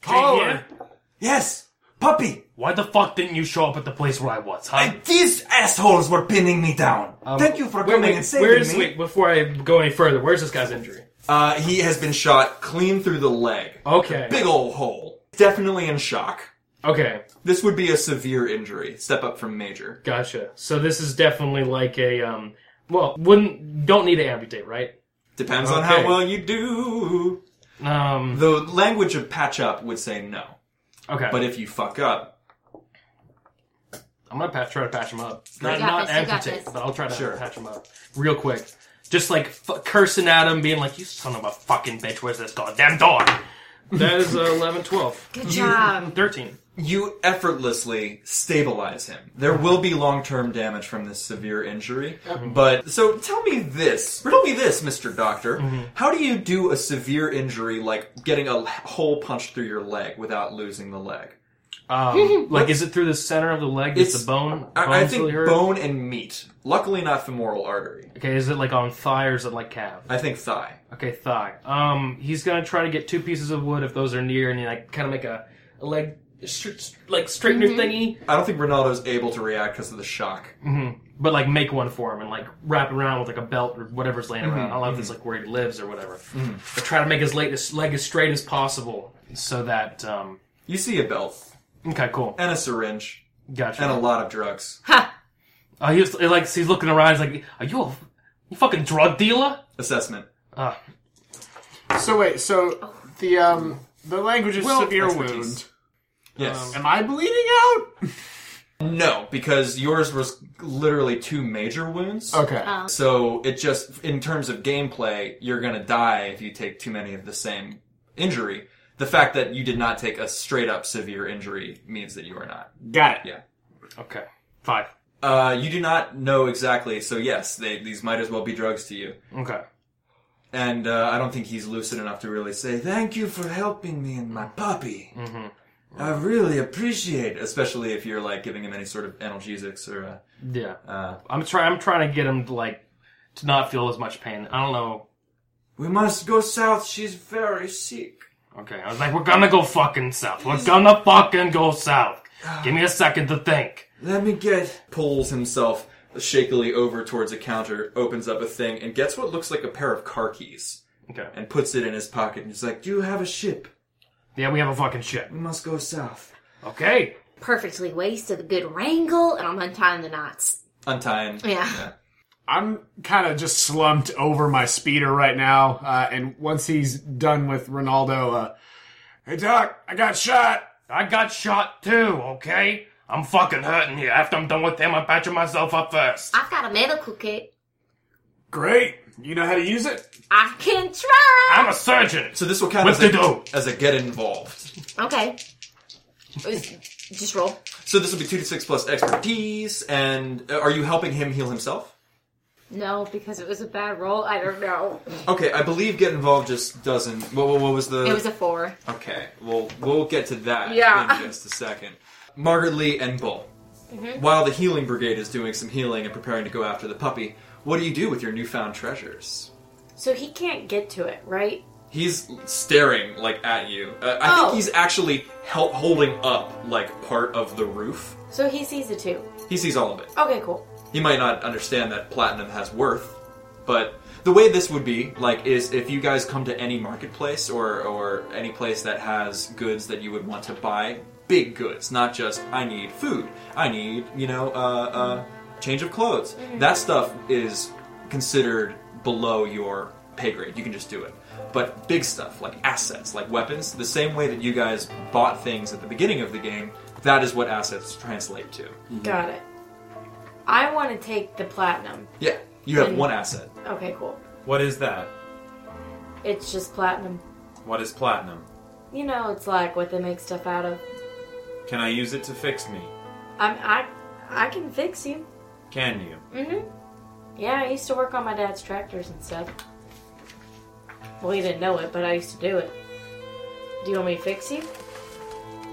[SPEAKER 3] Call
[SPEAKER 6] Came
[SPEAKER 3] her.
[SPEAKER 6] here?
[SPEAKER 1] Yes! Puppy!
[SPEAKER 6] Why the fuck didn't you show up at the place where I was, huh?
[SPEAKER 1] And these assholes were pinning me down! Thank you for coming and saving
[SPEAKER 6] where's,
[SPEAKER 1] me!
[SPEAKER 6] Um, Wait, before I go any further, where's this guy's injury?
[SPEAKER 1] Uh, he has been shot clean through the leg.
[SPEAKER 6] Okay.
[SPEAKER 1] Big ol' hole. Definitely in shock.
[SPEAKER 6] Okay.
[SPEAKER 1] This would be a severe injury. Step up from major.
[SPEAKER 6] Gotcha. So this is definitely like a um. Well, wouldn't don't need to amputate, right?
[SPEAKER 1] Depends on how
[SPEAKER 6] Okay.
[SPEAKER 1] well you do.
[SPEAKER 6] Um.
[SPEAKER 1] The language of patch up would say no.
[SPEAKER 6] Okay.
[SPEAKER 1] But if you fuck up,
[SPEAKER 6] I'm gonna patch, try to patch him up. Not,
[SPEAKER 2] got
[SPEAKER 6] not
[SPEAKER 2] this, you got
[SPEAKER 6] amputate,
[SPEAKER 2] this.
[SPEAKER 6] but I'll try to
[SPEAKER 1] Sure.
[SPEAKER 6] patch him up real quick. Just like f- cursing at him, being like, "You son of a fucking bitch! Where's this goddamn dog?" That is uh, 11, 12,
[SPEAKER 2] Good job.
[SPEAKER 6] 13.
[SPEAKER 1] you effortlessly stabilize him. There will be long term damage from this severe injury.
[SPEAKER 6] Mm-hmm.
[SPEAKER 1] But so tell me this. Riddle me this, Mr. Doctor.
[SPEAKER 6] Mm-hmm.
[SPEAKER 1] How do you do a severe injury like getting a l- hole punched through your leg without losing the leg?
[SPEAKER 6] Um, like, is it through the center of the leg? Is
[SPEAKER 1] It's-
[SPEAKER 6] the bone?
[SPEAKER 1] I, I
[SPEAKER 6] bones
[SPEAKER 1] think
[SPEAKER 6] really hurt?
[SPEAKER 1] bone and meat. Luckily, not femoral artery.
[SPEAKER 6] Okay, is it like on thigh or is it like calf?
[SPEAKER 1] I think thigh.
[SPEAKER 6] Okay, thigh. Um, he's gonna try to get two pieces of wood if those are near, and you like kind of make a, a leg str- str- like straightener
[SPEAKER 1] Mm-hmm.
[SPEAKER 6] thingy,
[SPEAKER 1] I don't think Ronaldo's able to react because of the shock.
[SPEAKER 6] but like make one for him and like wrap it around with like a belt or whatever's
[SPEAKER 1] Mm-hmm.
[SPEAKER 6] laying around. I don't know if it's like where he lives or whatever. But try to make his leg, his leg as straight as possible so that. um...
[SPEAKER 1] You see a belt
[SPEAKER 6] Okay, cool.
[SPEAKER 1] and a syringe
[SPEAKER 6] Gotcha.
[SPEAKER 1] and a lot of drugs.
[SPEAKER 6] Uh, he was he, like he's looking around. He's like, "Are you a you fucking drug dealer?"
[SPEAKER 1] Assessment.
[SPEAKER 6] Uh,
[SPEAKER 3] So wait, so the um the language is
[SPEAKER 6] Well,
[SPEAKER 3] severe wound.
[SPEAKER 1] expertise.
[SPEAKER 6] Um,
[SPEAKER 1] Yes.
[SPEAKER 3] Am I bleeding out?
[SPEAKER 1] no, because yours was literally two major wounds.
[SPEAKER 3] Okay.
[SPEAKER 1] So it just, in terms of gameplay, you're gonna die if you take too many of the same injury. The fact that you did not take a straight up severe injury means that you are not.
[SPEAKER 3] Got it.
[SPEAKER 1] Yeah.
[SPEAKER 6] okay, five.
[SPEAKER 1] Uh, you do not know exactly, so yes, they, these might as well be drugs to you.
[SPEAKER 6] Okay.
[SPEAKER 1] And uh, I don't think he's lucid enough to really say, Thank you for helping me and my puppy. Mm-hmm. I really appreciate it. Especially if you're like giving him any sort of analgesics or. Uh,
[SPEAKER 6] Yeah.
[SPEAKER 1] Uh,
[SPEAKER 6] I'm trying. I'm trying to get him to like to not feel as much pain. I don't know.
[SPEAKER 1] we must go south. She's very sick.
[SPEAKER 6] Okay. I was like, we're gonna go fucking south. We're gonna fucking go south. Give me a second to think.
[SPEAKER 1] Let me get. Pulls himself shakily over towards a counter, opens up a thing, and gets what looks like a pair of car keys
[SPEAKER 6] Okay.
[SPEAKER 1] and puts it in his pocket. And he's like, Do you have a ship?
[SPEAKER 6] Yeah, we have a fucking ship.
[SPEAKER 1] We must go south.
[SPEAKER 6] Okay.
[SPEAKER 2] Perfectly wasted a good wrangle, and I'm untying the knots.
[SPEAKER 1] Untying.
[SPEAKER 2] Yeah.
[SPEAKER 3] I'm kind of just slumped over my speeder right now, uh, and once he's done with Ronaldo, uh, hey Doc, I got shot.
[SPEAKER 6] I got shot too. Okay. I'm fucking hurting here. After I'm done with him, I'm patching myself up first.
[SPEAKER 2] I've got a medical kit.
[SPEAKER 3] Great. You know how to use it?
[SPEAKER 2] I can try.
[SPEAKER 6] I'm a surgeon.
[SPEAKER 1] So this will count
[SPEAKER 6] What
[SPEAKER 1] as
[SPEAKER 6] to
[SPEAKER 1] a-
[SPEAKER 6] do?
[SPEAKER 1] as a get involved.
[SPEAKER 2] Okay. Just roll.
[SPEAKER 1] So this would be two to six plus expertise, and uh, are you helping him heal himself?
[SPEAKER 4] No, because it was a bad roll. I don't know.
[SPEAKER 1] Okay, I believe get involved just doesn't. What, what, what was the?
[SPEAKER 2] It was a four.
[SPEAKER 1] okay, well we'll get to that
[SPEAKER 4] Yeah. Mm-hmm.
[SPEAKER 1] in just a second. Margaret Lee and Bull. While the healing brigade is doing some healing and preparing to go after the puppy, what do you do with your newfound treasures?
[SPEAKER 4] So he can't get to it, right?
[SPEAKER 1] He's staring like at you. Uh, I
[SPEAKER 4] Oh.
[SPEAKER 1] think he's actually hel- holding up like part of the roof.
[SPEAKER 4] So he sees the two.
[SPEAKER 1] He sees all of it.
[SPEAKER 4] Okay, cool.
[SPEAKER 1] he might not understand that platinum has worth but the way this would be like is if you guys come to any marketplace or or any place that has goods that you would want to buy big goods not just i need food i need you know uh, uh change of clothes that stuff is considered below your pay grade. You can just do it. But big stuff like assets, like weapons, the same way that you guys bought things at the beginning of the game, that is what assets translate to.
[SPEAKER 4] Got it. I want to take the platinum.
[SPEAKER 1] Yeah, you have
[SPEAKER 4] Mhm.
[SPEAKER 1] one asset.
[SPEAKER 4] Okay, cool.
[SPEAKER 5] What is that?
[SPEAKER 4] It's just platinum.
[SPEAKER 5] What is platinum?
[SPEAKER 4] You know, it's like what they make stuff out of.
[SPEAKER 5] Can I use it to fix me?
[SPEAKER 4] I'm, I, I can fix you.
[SPEAKER 5] Can you?
[SPEAKER 4] Mm-hmm. Yeah, I used to work on my dad's tractors and stuff. Well, he didn't know it, but I used to do it. Do you want me to fix you?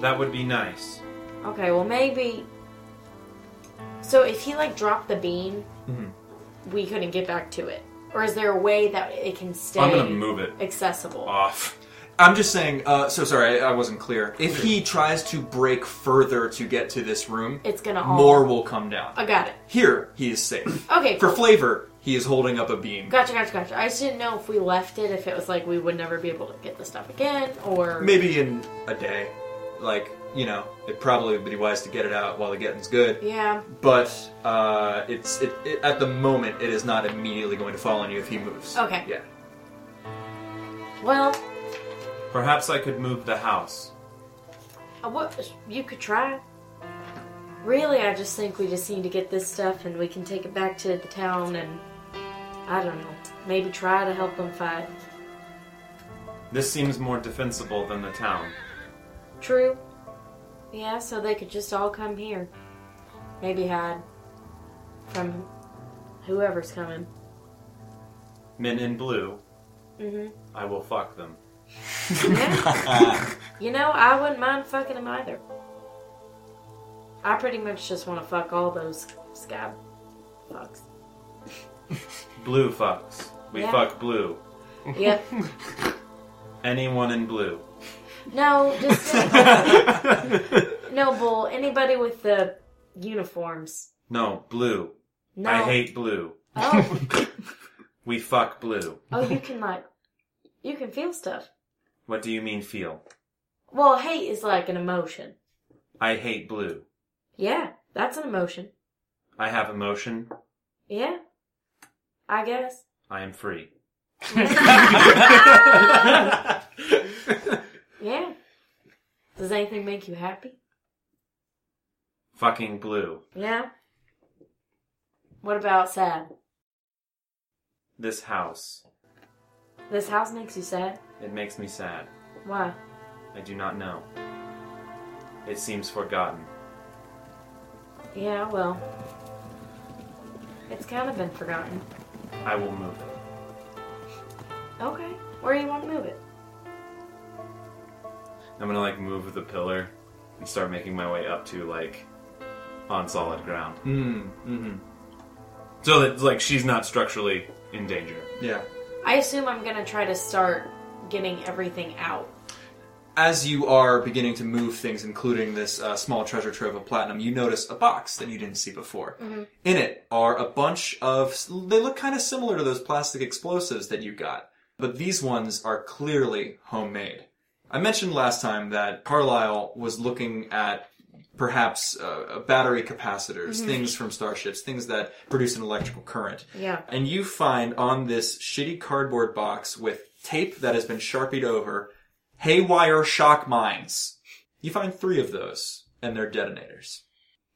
[SPEAKER 5] That would be nice.
[SPEAKER 4] Okay, well maybe. So if he like dropped the bean,
[SPEAKER 1] Mhm.
[SPEAKER 5] Mm-hmm.
[SPEAKER 4] we couldn't get back to it. Or is there a way that it can stay
[SPEAKER 5] I'm gonna move it Uh,
[SPEAKER 4] accessible?
[SPEAKER 5] off.
[SPEAKER 1] I'm just saying, uh, so sorry, I I wasn't clear. If he tries to break further to get to this room,
[SPEAKER 4] it's gonna all.
[SPEAKER 1] more will come down.
[SPEAKER 4] I got it.
[SPEAKER 1] Here, he is safe.
[SPEAKER 4] Okay.
[SPEAKER 1] For flavor, he is holding up a beam.
[SPEAKER 4] Gotcha, gotcha, gotcha. I just didn't know if we left it, if it was like we would never be able to get the stuff again, or
[SPEAKER 1] Maybe in a day. Like, you know, it probably would be wise to get it out while the getting's good.
[SPEAKER 4] yeah.
[SPEAKER 1] But uh, it's it, it, at the moment it is not immediately going to fall on you if he moves.
[SPEAKER 4] Okay.
[SPEAKER 1] Yeah.
[SPEAKER 4] Well,
[SPEAKER 5] Perhaps I could move the house.
[SPEAKER 4] Uh, What you could try. Really, I just think we just need to get this stuff and we can take it back to the town and I don't know, maybe try to help them fight.
[SPEAKER 5] This seems more defensible than the town.
[SPEAKER 4] True. Yeah, so they could just all come here. Maybe hide from whoever's coming.
[SPEAKER 5] Men in blue,
[SPEAKER 4] Mhm.
[SPEAKER 5] I will fuck them.
[SPEAKER 4] Yeah. you know, I wouldn't mind fucking them either. I pretty much just want to fuck all those sky fucks.
[SPEAKER 5] Blue fucks. We
[SPEAKER 4] Yeah.
[SPEAKER 5] fuck blue.
[SPEAKER 4] Yep.
[SPEAKER 5] Anyone in blue.
[SPEAKER 4] No, just no bull. Anybody with the uniforms.
[SPEAKER 5] No, blue.
[SPEAKER 4] No.
[SPEAKER 5] I hate blue.
[SPEAKER 4] Oh,
[SPEAKER 5] We fuck blue.
[SPEAKER 4] oh, you can like, you can feel stuff.
[SPEAKER 5] What do you mean feel?
[SPEAKER 4] Well, hate is like an emotion.
[SPEAKER 5] I hate blue.
[SPEAKER 4] Yeah, that's an emotion.
[SPEAKER 5] I have emotion.
[SPEAKER 4] Yeah, I guess.
[SPEAKER 5] I am free.
[SPEAKER 4] Yeah. Does anything make you happy?
[SPEAKER 5] Fucking blue.
[SPEAKER 4] Yeah. What about sad?
[SPEAKER 5] This house.
[SPEAKER 4] This house makes you sad.
[SPEAKER 5] It makes me sad.
[SPEAKER 4] Why?
[SPEAKER 5] I do not know. It seems forgotten.
[SPEAKER 4] Yeah, well, it's kind of been forgotten.
[SPEAKER 5] I will move it.
[SPEAKER 4] Okay, where do you want to move it?
[SPEAKER 5] I'm gonna like move the pillar and start making my way up to like on solid ground.
[SPEAKER 1] Mm, mm-hmm.
[SPEAKER 5] Hmm, So that like she's not structurally in danger.
[SPEAKER 1] Yeah.
[SPEAKER 4] I assume I'm gonna try to start getting everything out.
[SPEAKER 1] As you are beginning to move things, including this uh, small treasure trove of platinum, you notice a box that you didn't see before.
[SPEAKER 4] Mm-hmm.
[SPEAKER 1] In it are a bunch of. They look kind of similar to those plastic explosives that you got, but these ones are clearly homemade. I mentioned last time that Carlisle was looking at perhaps uh, battery capacitors, things from starships, things that produce an electrical current.
[SPEAKER 4] Yeah.
[SPEAKER 1] And you find on this shitty cardboard box with tape that has been sharpied over haywire shock mines. You find three of those, and they're detonators.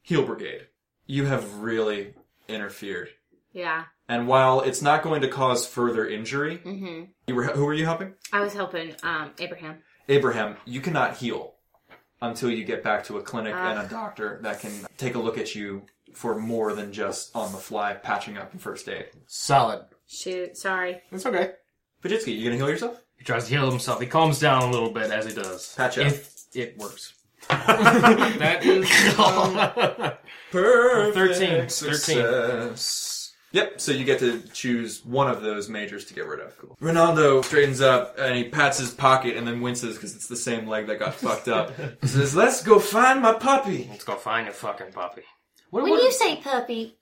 [SPEAKER 1] Heal Brigade, you have really interfered.
[SPEAKER 2] Yeah.
[SPEAKER 1] And while it's not going to cause further injury,
[SPEAKER 2] Mm-hmm.
[SPEAKER 1] you were, who were you helping?
[SPEAKER 2] I was helping um, Abraham.
[SPEAKER 1] Abraham, you cannot heal until you get back to a clinic and
[SPEAKER 2] Ah.
[SPEAKER 1] a doctor that can take a look at you for more than just on the fly patching up and first aid.
[SPEAKER 6] Solid.
[SPEAKER 2] Shoot. Sorry.
[SPEAKER 6] It's okay.
[SPEAKER 1] Fujitsuki, you gonna heal yourself?
[SPEAKER 6] He tries to heal himself. He calms down a little bit as he does.
[SPEAKER 1] Patch up.
[SPEAKER 6] If it works.
[SPEAKER 3] That is um,
[SPEAKER 1] Perfect.
[SPEAKER 6] 13.
[SPEAKER 1] Success. Yep, so you get to choose one of those majors to get rid of. Ronaldo straightens up and he pats his pocket and then winces because it's the same leg that got fucked up. He says, Let's go find my puppy.
[SPEAKER 6] Let's go find a fucking puppy. What,
[SPEAKER 2] When
[SPEAKER 6] what-
[SPEAKER 2] you say puppy,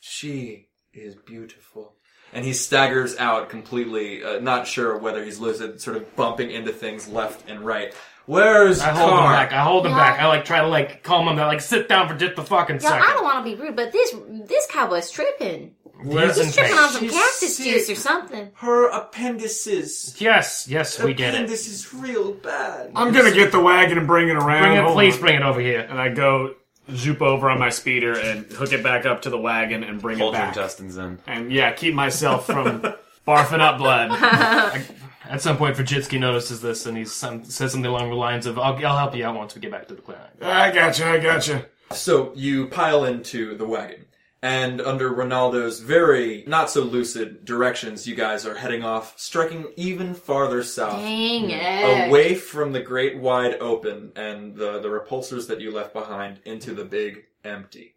[SPEAKER 1] She is beautiful. And he staggers out completely, uh, not sure whether he's lucid, sort of bumping into things left and right. Where's
[SPEAKER 6] I hold him
[SPEAKER 1] car?
[SPEAKER 6] back. I hold him
[SPEAKER 2] Yeah.
[SPEAKER 6] back. I like try to like calm him down. Like sit down for just a fucking
[SPEAKER 2] y'all, I
[SPEAKER 6] second.
[SPEAKER 2] don't want to be rude, but this this cowboy's tripping.
[SPEAKER 6] Where's in
[SPEAKER 2] He's tripping on
[SPEAKER 6] pain?
[SPEAKER 2] some
[SPEAKER 1] She's
[SPEAKER 2] cactus
[SPEAKER 1] sick.
[SPEAKER 2] juice or something.
[SPEAKER 1] Her appendices.
[SPEAKER 6] Yes, yes, we get it.
[SPEAKER 1] Appendix is real bad.
[SPEAKER 3] I'm gonna get the wagon and bring it around.
[SPEAKER 6] Bring it,
[SPEAKER 3] Hold
[SPEAKER 6] please
[SPEAKER 3] on.
[SPEAKER 6] bring it over here.
[SPEAKER 3] And I go zoop over on my speeder and hook it back up to the wagon and bring
[SPEAKER 5] Hold
[SPEAKER 3] it
[SPEAKER 5] your
[SPEAKER 3] back.
[SPEAKER 5] intestines in.
[SPEAKER 3] And yeah, keep myself from barfing up blood.
[SPEAKER 6] At some point, Vajitsky notices this and he some, says something along the lines of, I'll, I'll help you out once we get back to the clinic.
[SPEAKER 3] I gotcha, I gotcha.
[SPEAKER 1] So you pile into the wagon. And under Ronaldo's very not so lucid directions, you guys are heading off, striking even farther south.
[SPEAKER 2] Dang it.
[SPEAKER 1] away from the great wide open and the, the repulsors that you left behind into the big empty.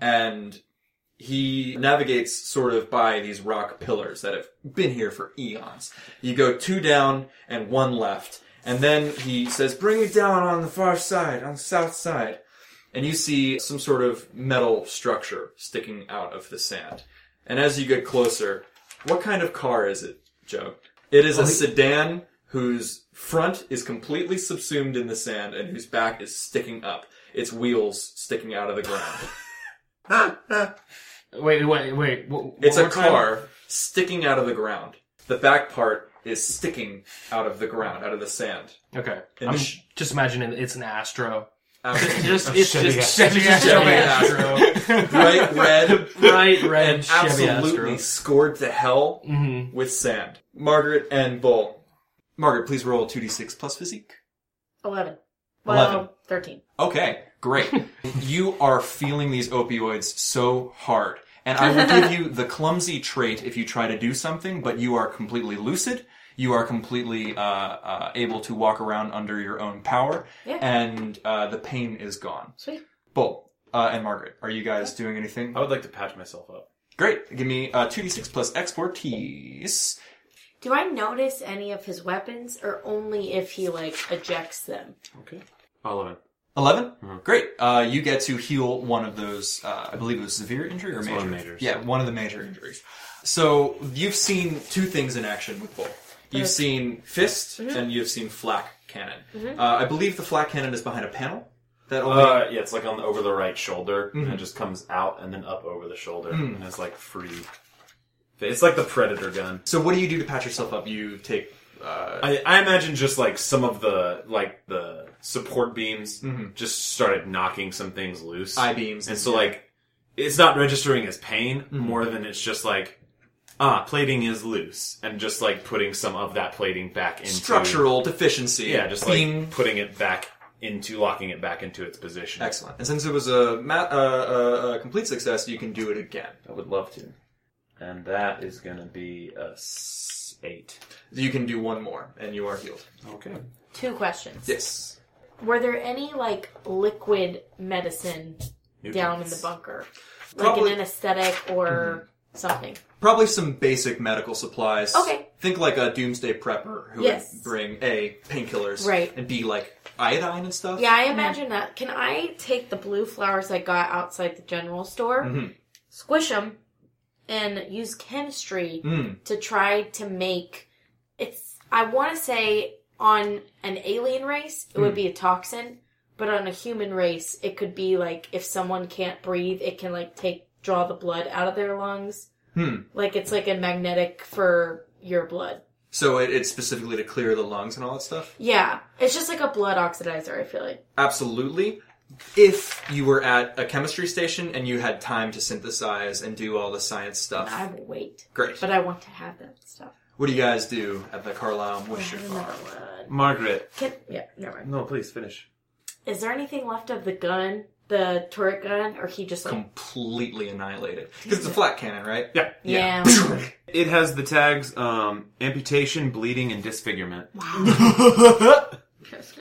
[SPEAKER 1] And he navigates sort of by these rock pillars that have been here for eons. You go two down and one left. And then he says, bring it down on the far side, on the south side. And you see some sort of metal structure sticking out of the sand. And as you get closer, what kind of car is it, Joe? It is a sedan whose front is completely subsumed in the sand and whose back is sticking up, its wheels sticking out of the ground.
[SPEAKER 6] Wait, wait, wait. wh- wh-
[SPEAKER 1] It's a
[SPEAKER 6] what kind of-
[SPEAKER 1] car sticking out of the ground. The back part is sticking out of the ground, out of the sand.
[SPEAKER 6] Okay.
[SPEAKER 1] In
[SPEAKER 6] I'm
[SPEAKER 1] the sh-
[SPEAKER 6] just imagining it's an Astro.
[SPEAKER 1] After-
[SPEAKER 6] Just, it's
[SPEAKER 3] Chevy
[SPEAKER 6] just
[SPEAKER 3] Astro.
[SPEAKER 6] Chevy Astro.
[SPEAKER 1] Chevy bright red
[SPEAKER 6] Bright red
[SPEAKER 1] and
[SPEAKER 6] Chevy
[SPEAKER 1] absolutely
[SPEAKER 6] Astro.
[SPEAKER 1] scored to hell
[SPEAKER 6] Mhm.
[SPEAKER 1] with sand. Margaret and Bull. Margaret, please roll 2d6 plus physique.
[SPEAKER 4] 11.
[SPEAKER 1] Eleven.
[SPEAKER 4] Well, 13.
[SPEAKER 1] Okay, great. you are feeling these opioids so hard. And I will give you the clumsy trait if you try to do something, but you are completely lucid. You are completely uh, uh, able to walk around under your own power,
[SPEAKER 4] Yeah.
[SPEAKER 1] and uh, the pain is gone.
[SPEAKER 4] Sweet.
[SPEAKER 1] Bull uh, and Margaret, are you guys doing anything?
[SPEAKER 5] I would like to patch myself up.
[SPEAKER 1] Great. Give me uh, 2d6 plus expertise.
[SPEAKER 4] Do I notice any of his weapons or only if he, like, ejects them?
[SPEAKER 5] Oh, 11.
[SPEAKER 1] 11?
[SPEAKER 5] Mm-hmm.
[SPEAKER 1] Great. Uh, you get to heal one of those, uh, I believe it was severe injury or major.
[SPEAKER 5] one of the majors.
[SPEAKER 1] Yeah, one of the major injuries. So you've seen two things in action with Bull. You've seen fist and you've seen flak cannon. Uh, I believe the flak cannon is behind a panel. That only
[SPEAKER 5] Uh, yeah, it's like on the, over the right shoulder,
[SPEAKER 1] Mm-hmm.
[SPEAKER 5] and it just comes out and then up over the shoulder,
[SPEAKER 1] Hmm.
[SPEAKER 5] and it's like free. It's like the predator gun.
[SPEAKER 1] So what do you do to patch yourself up? You take uh,
[SPEAKER 5] I, I imagine just like some of the like the support beams just started knocking some things loose.
[SPEAKER 1] Mm-hmm. eye beams Mm-hmm.
[SPEAKER 5] and so like it's not registering as pain more than it's just like ah plating is loose and just like putting some of that plating back into
[SPEAKER 1] structural deficiency.
[SPEAKER 5] yeah just
[SPEAKER 1] Beam.
[SPEAKER 5] like putting it back into locking it back into its position
[SPEAKER 1] Excellent. And since it was a, ma- uh, uh, a complete success, you can do it again.
[SPEAKER 5] i would love to and that is gonna be a s- eight
[SPEAKER 1] You can do one more, and you are healed.
[SPEAKER 5] okay
[SPEAKER 4] Two questions.
[SPEAKER 1] Yes.
[SPEAKER 4] Were there any, like, liquid medicine down in the bunker?
[SPEAKER 1] Probably-
[SPEAKER 4] Like an anesthetic or something?
[SPEAKER 1] Probably some basic medical supplies.
[SPEAKER 4] Okay.
[SPEAKER 1] Think like a doomsday prepper who
[SPEAKER 4] Yes.
[SPEAKER 1] would bring A, painkillers.
[SPEAKER 4] Right.
[SPEAKER 1] And B, like iodine and stuff.
[SPEAKER 4] Yeah, I imagine that. Can I take the blue flowers I got outside the general store,
[SPEAKER 1] Mm-hmm.
[SPEAKER 4] squish them, and use chemistry
[SPEAKER 1] Mm.
[SPEAKER 4] to try to make it's? I want to say on an alien race, it
[SPEAKER 1] Mm.
[SPEAKER 4] would be a toxin, but on a human race, it could be like if someone can't breathe, it can like take draw the blood out of their lungs.
[SPEAKER 1] Hmm.
[SPEAKER 4] Like it's like a magnetic for your blood.
[SPEAKER 1] So it, it's specifically to clear the lungs and all that stuff?
[SPEAKER 4] Yeah, it's just like a blood oxidizer. I feel like.
[SPEAKER 1] Absolutely. If you were at a chemistry station and you had time to synthesize and do all the science stuff.
[SPEAKER 4] I will wait,
[SPEAKER 1] Great.
[SPEAKER 4] but I want to have that stuff.
[SPEAKER 1] What do you guys do at the Carlisle Moisture Farm?
[SPEAKER 4] Another one.
[SPEAKER 5] margaret
[SPEAKER 4] Can, yeah, never mind.
[SPEAKER 5] no please finish
[SPEAKER 4] Is there anything left of the gun, the turret gun, or he just like
[SPEAKER 1] Completely annihilated. Because it's a flat cannon, right?
[SPEAKER 5] yeah
[SPEAKER 4] yeah?
[SPEAKER 5] it has the tags um amputation bleeding and disfigurement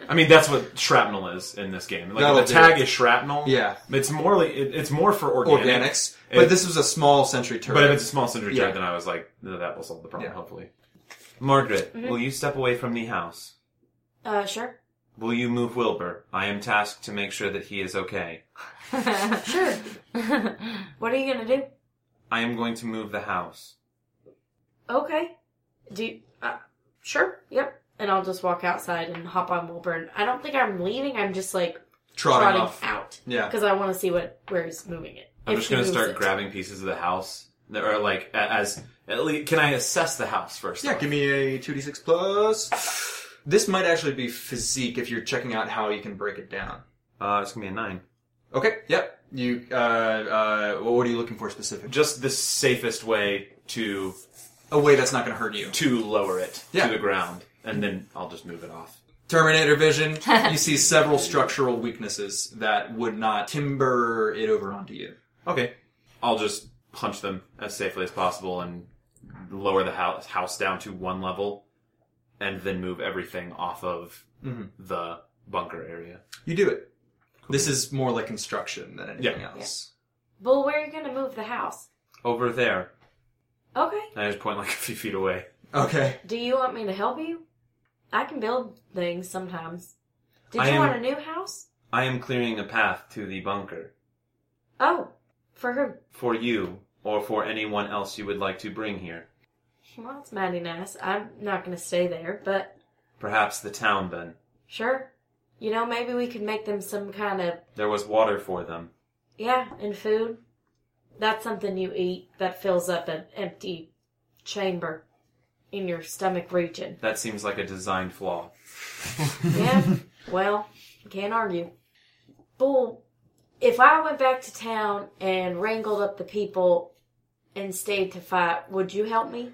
[SPEAKER 5] I mean, that's what shrapnel is in this game. Like
[SPEAKER 1] That'll
[SPEAKER 5] the
[SPEAKER 1] do
[SPEAKER 5] tag
[SPEAKER 1] it.
[SPEAKER 5] is shrapnel.
[SPEAKER 1] Yeah.
[SPEAKER 5] it's more like it, it's more for organic.
[SPEAKER 1] Organics.
[SPEAKER 5] It-
[SPEAKER 1] but this was a small sentry turret.
[SPEAKER 5] but if it's a small syndrome
[SPEAKER 1] Yeah.
[SPEAKER 5] tag, then I was like, no, that will solve the problem.
[SPEAKER 1] Yeah.
[SPEAKER 5] Hopefully, Margaret, will you step away from the house?
[SPEAKER 4] Uh, sure,
[SPEAKER 5] Will you move Wilbur? I am tasked to make sure that he is okay.
[SPEAKER 4] sure. what are you gonna do?
[SPEAKER 5] I am going to move the house.
[SPEAKER 4] Okay, do you, uh, sure, yep. And I'll just walk outside and hop on Wilburn. I don't think I'm leaving. I'm just like
[SPEAKER 1] trotting,
[SPEAKER 4] trotting
[SPEAKER 1] off.
[SPEAKER 4] out
[SPEAKER 1] Yeah.
[SPEAKER 4] because I want to see what where he's moving it.
[SPEAKER 5] I'm
[SPEAKER 4] If
[SPEAKER 5] just
[SPEAKER 4] he
[SPEAKER 5] going to
[SPEAKER 4] moves
[SPEAKER 5] start
[SPEAKER 4] it.
[SPEAKER 5] grabbing pieces of the house or like a- as at least can I assess the house first?
[SPEAKER 1] Yeah,
[SPEAKER 5] off?
[SPEAKER 1] give me a 2d6 plus. This might actually be physique if you're checking out how you can break it down.
[SPEAKER 5] Uh, it's gonna be a nine.
[SPEAKER 1] Okay, yep. You, uh, uh, what are you looking for specifically?
[SPEAKER 5] Just the safest way to
[SPEAKER 1] A way that's not going to hurt you.
[SPEAKER 5] to lower it
[SPEAKER 1] Yeah.
[SPEAKER 5] to the ground, and then I'll just move it off.
[SPEAKER 1] Terminator vision, you see several structural weaknesses that would not timber it over onto you.
[SPEAKER 5] Okay. I'll just punch them as safely as possible and lower the house, house down to one level and then move everything off of the bunker area.
[SPEAKER 1] You do it. This is more like construction than anything
[SPEAKER 5] Yeah.
[SPEAKER 1] else.
[SPEAKER 4] Well, where are you gonna move the house?
[SPEAKER 5] Over there.
[SPEAKER 4] Okay.
[SPEAKER 5] I just point like a few feet away.
[SPEAKER 1] Okay.
[SPEAKER 4] Do you want me to help you? I can build things sometimes. Did
[SPEAKER 5] I
[SPEAKER 4] you
[SPEAKER 5] am-
[SPEAKER 4] want a new house?
[SPEAKER 5] I am clearing a path to the bunker
[SPEAKER 4] Oh, for who?
[SPEAKER 5] for you or for anyone else you would like to bring here.
[SPEAKER 4] Well, it's mighty nice. I'm not gonna stay there, but
[SPEAKER 5] Perhaps the town then.
[SPEAKER 4] sure. You know, maybe we could make them some kind of
[SPEAKER 5] There was water for them.
[SPEAKER 4] yeah, and food. That's something you eat that fills up an empty chamber in your stomach region.
[SPEAKER 5] That seems like a design flaw.
[SPEAKER 4] Yeah. well, can't argue. Bull, if I went back to town and wrangled up the people and stayed to fight, would you help me?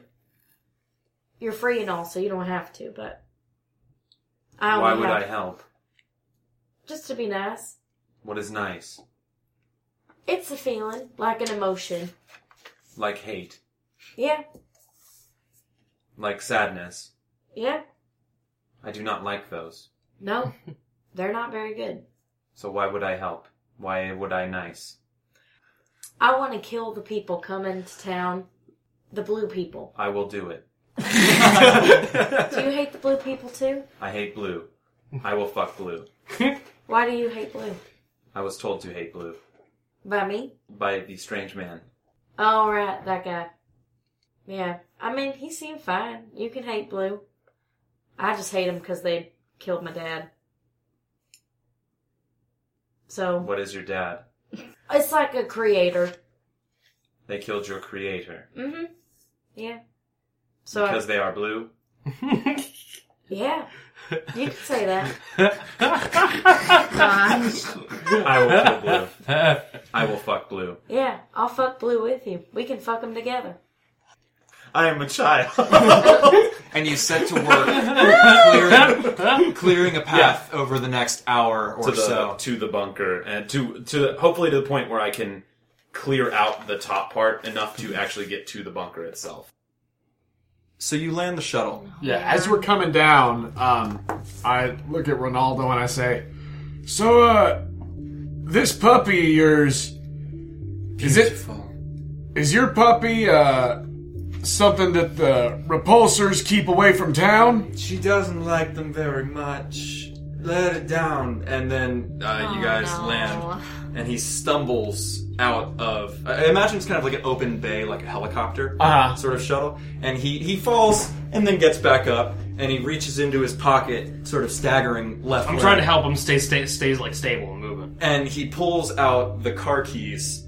[SPEAKER 4] You're free and all, so you don't have to, but I
[SPEAKER 5] Why
[SPEAKER 4] only
[SPEAKER 5] would
[SPEAKER 4] have-
[SPEAKER 5] I help?
[SPEAKER 4] Just to be nice.
[SPEAKER 5] What is nice?
[SPEAKER 4] It's a feeling, like an emotion.
[SPEAKER 5] Like hate.
[SPEAKER 4] Yeah,
[SPEAKER 5] Like sadness.
[SPEAKER 4] yeah.
[SPEAKER 5] I do not like those.
[SPEAKER 4] No, they're not very good.
[SPEAKER 5] So why would I help? Why would I nice?
[SPEAKER 4] I want to kill the people coming to town. The blue people.
[SPEAKER 5] I will do it.
[SPEAKER 4] Do you hate the blue people too?
[SPEAKER 5] I hate blue. I will fuck blue.
[SPEAKER 4] Why do you hate blue?
[SPEAKER 5] I was told to hate blue
[SPEAKER 4] By me?
[SPEAKER 5] by the strange man.
[SPEAKER 4] Oh, right, that guy. Yeah. I mean, he seemed fine. You can hate Blue. I just hate him because they killed my dad. So,
[SPEAKER 5] What is your dad?
[SPEAKER 4] it's like a creator.
[SPEAKER 5] They killed your creator
[SPEAKER 4] Mm hmm. Yeah. So, I-
[SPEAKER 5] because they are blue.
[SPEAKER 4] yeah. You can say that.
[SPEAKER 5] I will kill blue. I will fuck blue.
[SPEAKER 4] Yeah. I'll fuck Blue with you. We can fuck them together.
[SPEAKER 5] I am a child.
[SPEAKER 1] And you set to work clearing, clearing a path over the next hour or
[SPEAKER 5] to the
[SPEAKER 1] so.
[SPEAKER 5] to the bunker and to to the, hopefully to the point where I can clear out the top part enough to actually get to the bunker itself.
[SPEAKER 1] So you land the shuttle.
[SPEAKER 3] Yeah, as we're coming down, um, I look at Ronaldo and I say, "So, uh, this puppy of yours is it is your puppy uh, something that the repulsors keep away from town?"
[SPEAKER 1] She doesn't like them very much. Let it down. And then uh, you guys
[SPEAKER 2] Oh, no.
[SPEAKER 1] land, and he stumbles out of. I imagine it's kind of like an open bay, like a helicopter
[SPEAKER 3] Uh-huh.
[SPEAKER 1] sort of shuttle. And he, he falls and then gets back up, and he reaches into his pocket, sort of staggering left.
[SPEAKER 6] I'm
[SPEAKER 1] leg,
[SPEAKER 6] trying to help him stay, stay stays like stable and moving.
[SPEAKER 1] And he pulls out the car keys,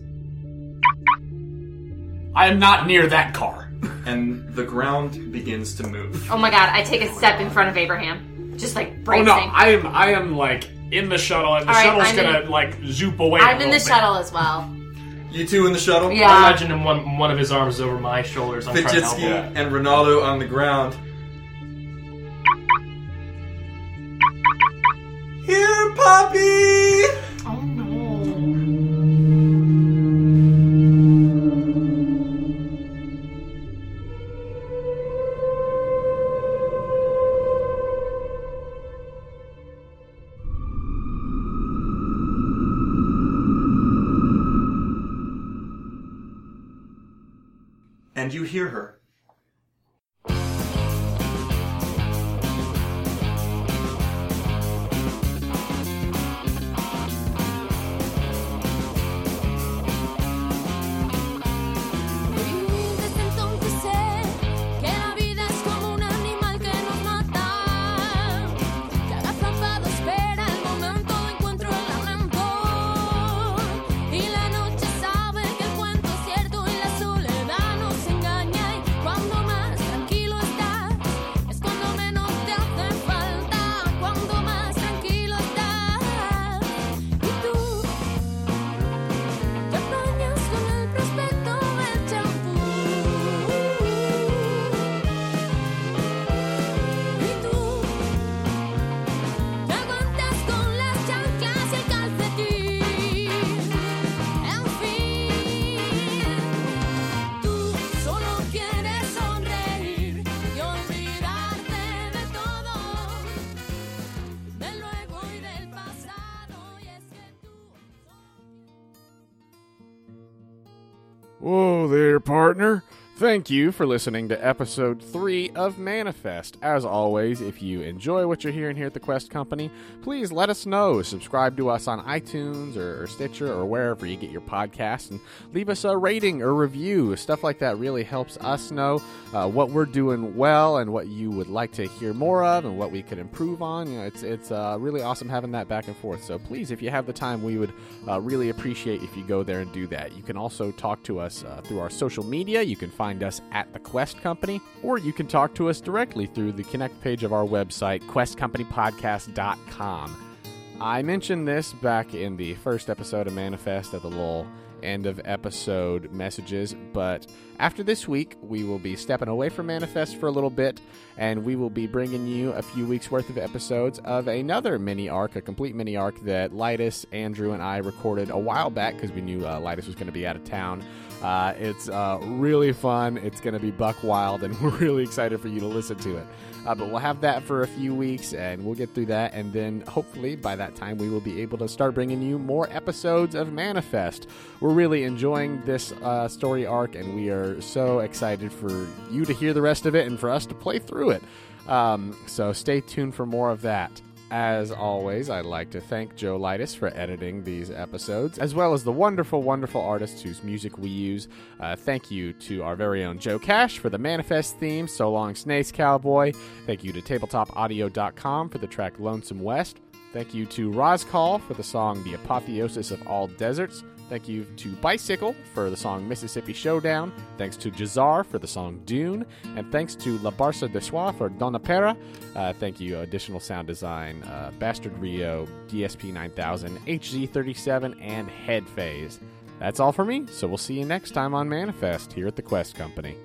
[SPEAKER 3] I am not near that car.
[SPEAKER 1] and the ground begins to move.
[SPEAKER 2] Oh my god, I take a step in front of Abraham. Just like
[SPEAKER 3] Oh
[SPEAKER 2] bracing.
[SPEAKER 3] no, I am I am like in the shuttle, and the
[SPEAKER 2] All right,
[SPEAKER 3] shuttle's
[SPEAKER 2] I'm
[SPEAKER 3] gonna
[SPEAKER 2] in-
[SPEAKER 3] like zoop away.
[SPEAKER 2] I'm
[SPEAKER 3] a
[SPEAKER 2] in the
[SPEAKER 3] little bit.
[SPEAKER 2] shuttle as well.
[SPEAKER 1] You two in the shuttle?
[SPEAKER 2] Yeah.
[SPEAKER 6] I imagine him one one of his arms is over my shoulders. I'm trying to
[SPEAKER 1] Fidget
[SPEAKER 6] help
[SPEAKER 1] ski
[SPEAKER 6] him.
[SPEAKER 3] Yeah.
[SPEAKER 1] and Ronaldo on the ground. Here, puppy!
[SPEAKER 2] Oh no.
[SPEAKER 1] And you hear her.
[SPEAKER 7] Desde entonces sé que la vida es como un animal que nos mata, que agazapado espera el momento de encuentro el lamento, y la noche sabe que el cuento es cierto y la soledad
[SPEAKER 8] Whoa there, partner. Thank you for listening to episode three of Manifest. As always, if you enjoy what you're hearing here at the Quest Company, please let us know. Subscribe to us on iTunes or, or Stitcher or wherever you get your podcast and leave us a rating or review. Stuff like that really helps us know uh, what we're doing well and what you would like to hear more of and what we could improve on. You know, it's, it's uh, really awesome having that back and forth. So please, if you have the time, we would uh, really appreciate if you go there and do that. You can also talk to us uh, through our social media. You can find us at The Quest Company, or you can talk to us directly through the Connect page of our website, questcompanypodcast.com. I mentioned this back in the first episode of Manifest at the little end of episode messages, but after this week, we will be stepping away from Manifest for a little bit, and we will be bringing you a few weeks worth of episodes of another mini arc, a complete mini arc that Lightus, Andrew, and I recorded a while back because we knew uh, Lightus was going to be out of town. Uh, it's uh, really fun. It's going to be buck wild, and we're really excited for you to listen to it. Uh, but we'll have that for a few weeks, and we'll get through that, and then hopefully by that time we will be able to start bringing you more episodes of Manifest. We're really enjoying this uh, story arc, and we are so excited for you to hear the rest of it and for us to play through it. Um, so stay tuned for more of that. As always, I'd like to thank Joe Lightis for editing these episodes, as well as the wonderful, wonderful artists whose music we use. Uh, thank you to our very own Joe Cash for the Manifest theme, So Long Snakes Cowboy. Thank you to TabletopAudio.com for the track Lonesome West. Thank you to Roscall for the song The Apotheosis of All Deserts. Thank you to Bicycle for the song Mississippi Showdown. Thanks to Jazar for the song Dune. And thanks to La Barca de Soie for Donna Pera. Uh, thank you, Additional Sound Design, uh, Bastard Rio, DSP 9000, HZ37, and Head Phase. That's all for me, so we'll see you next time on Manifest here at the Quest Company.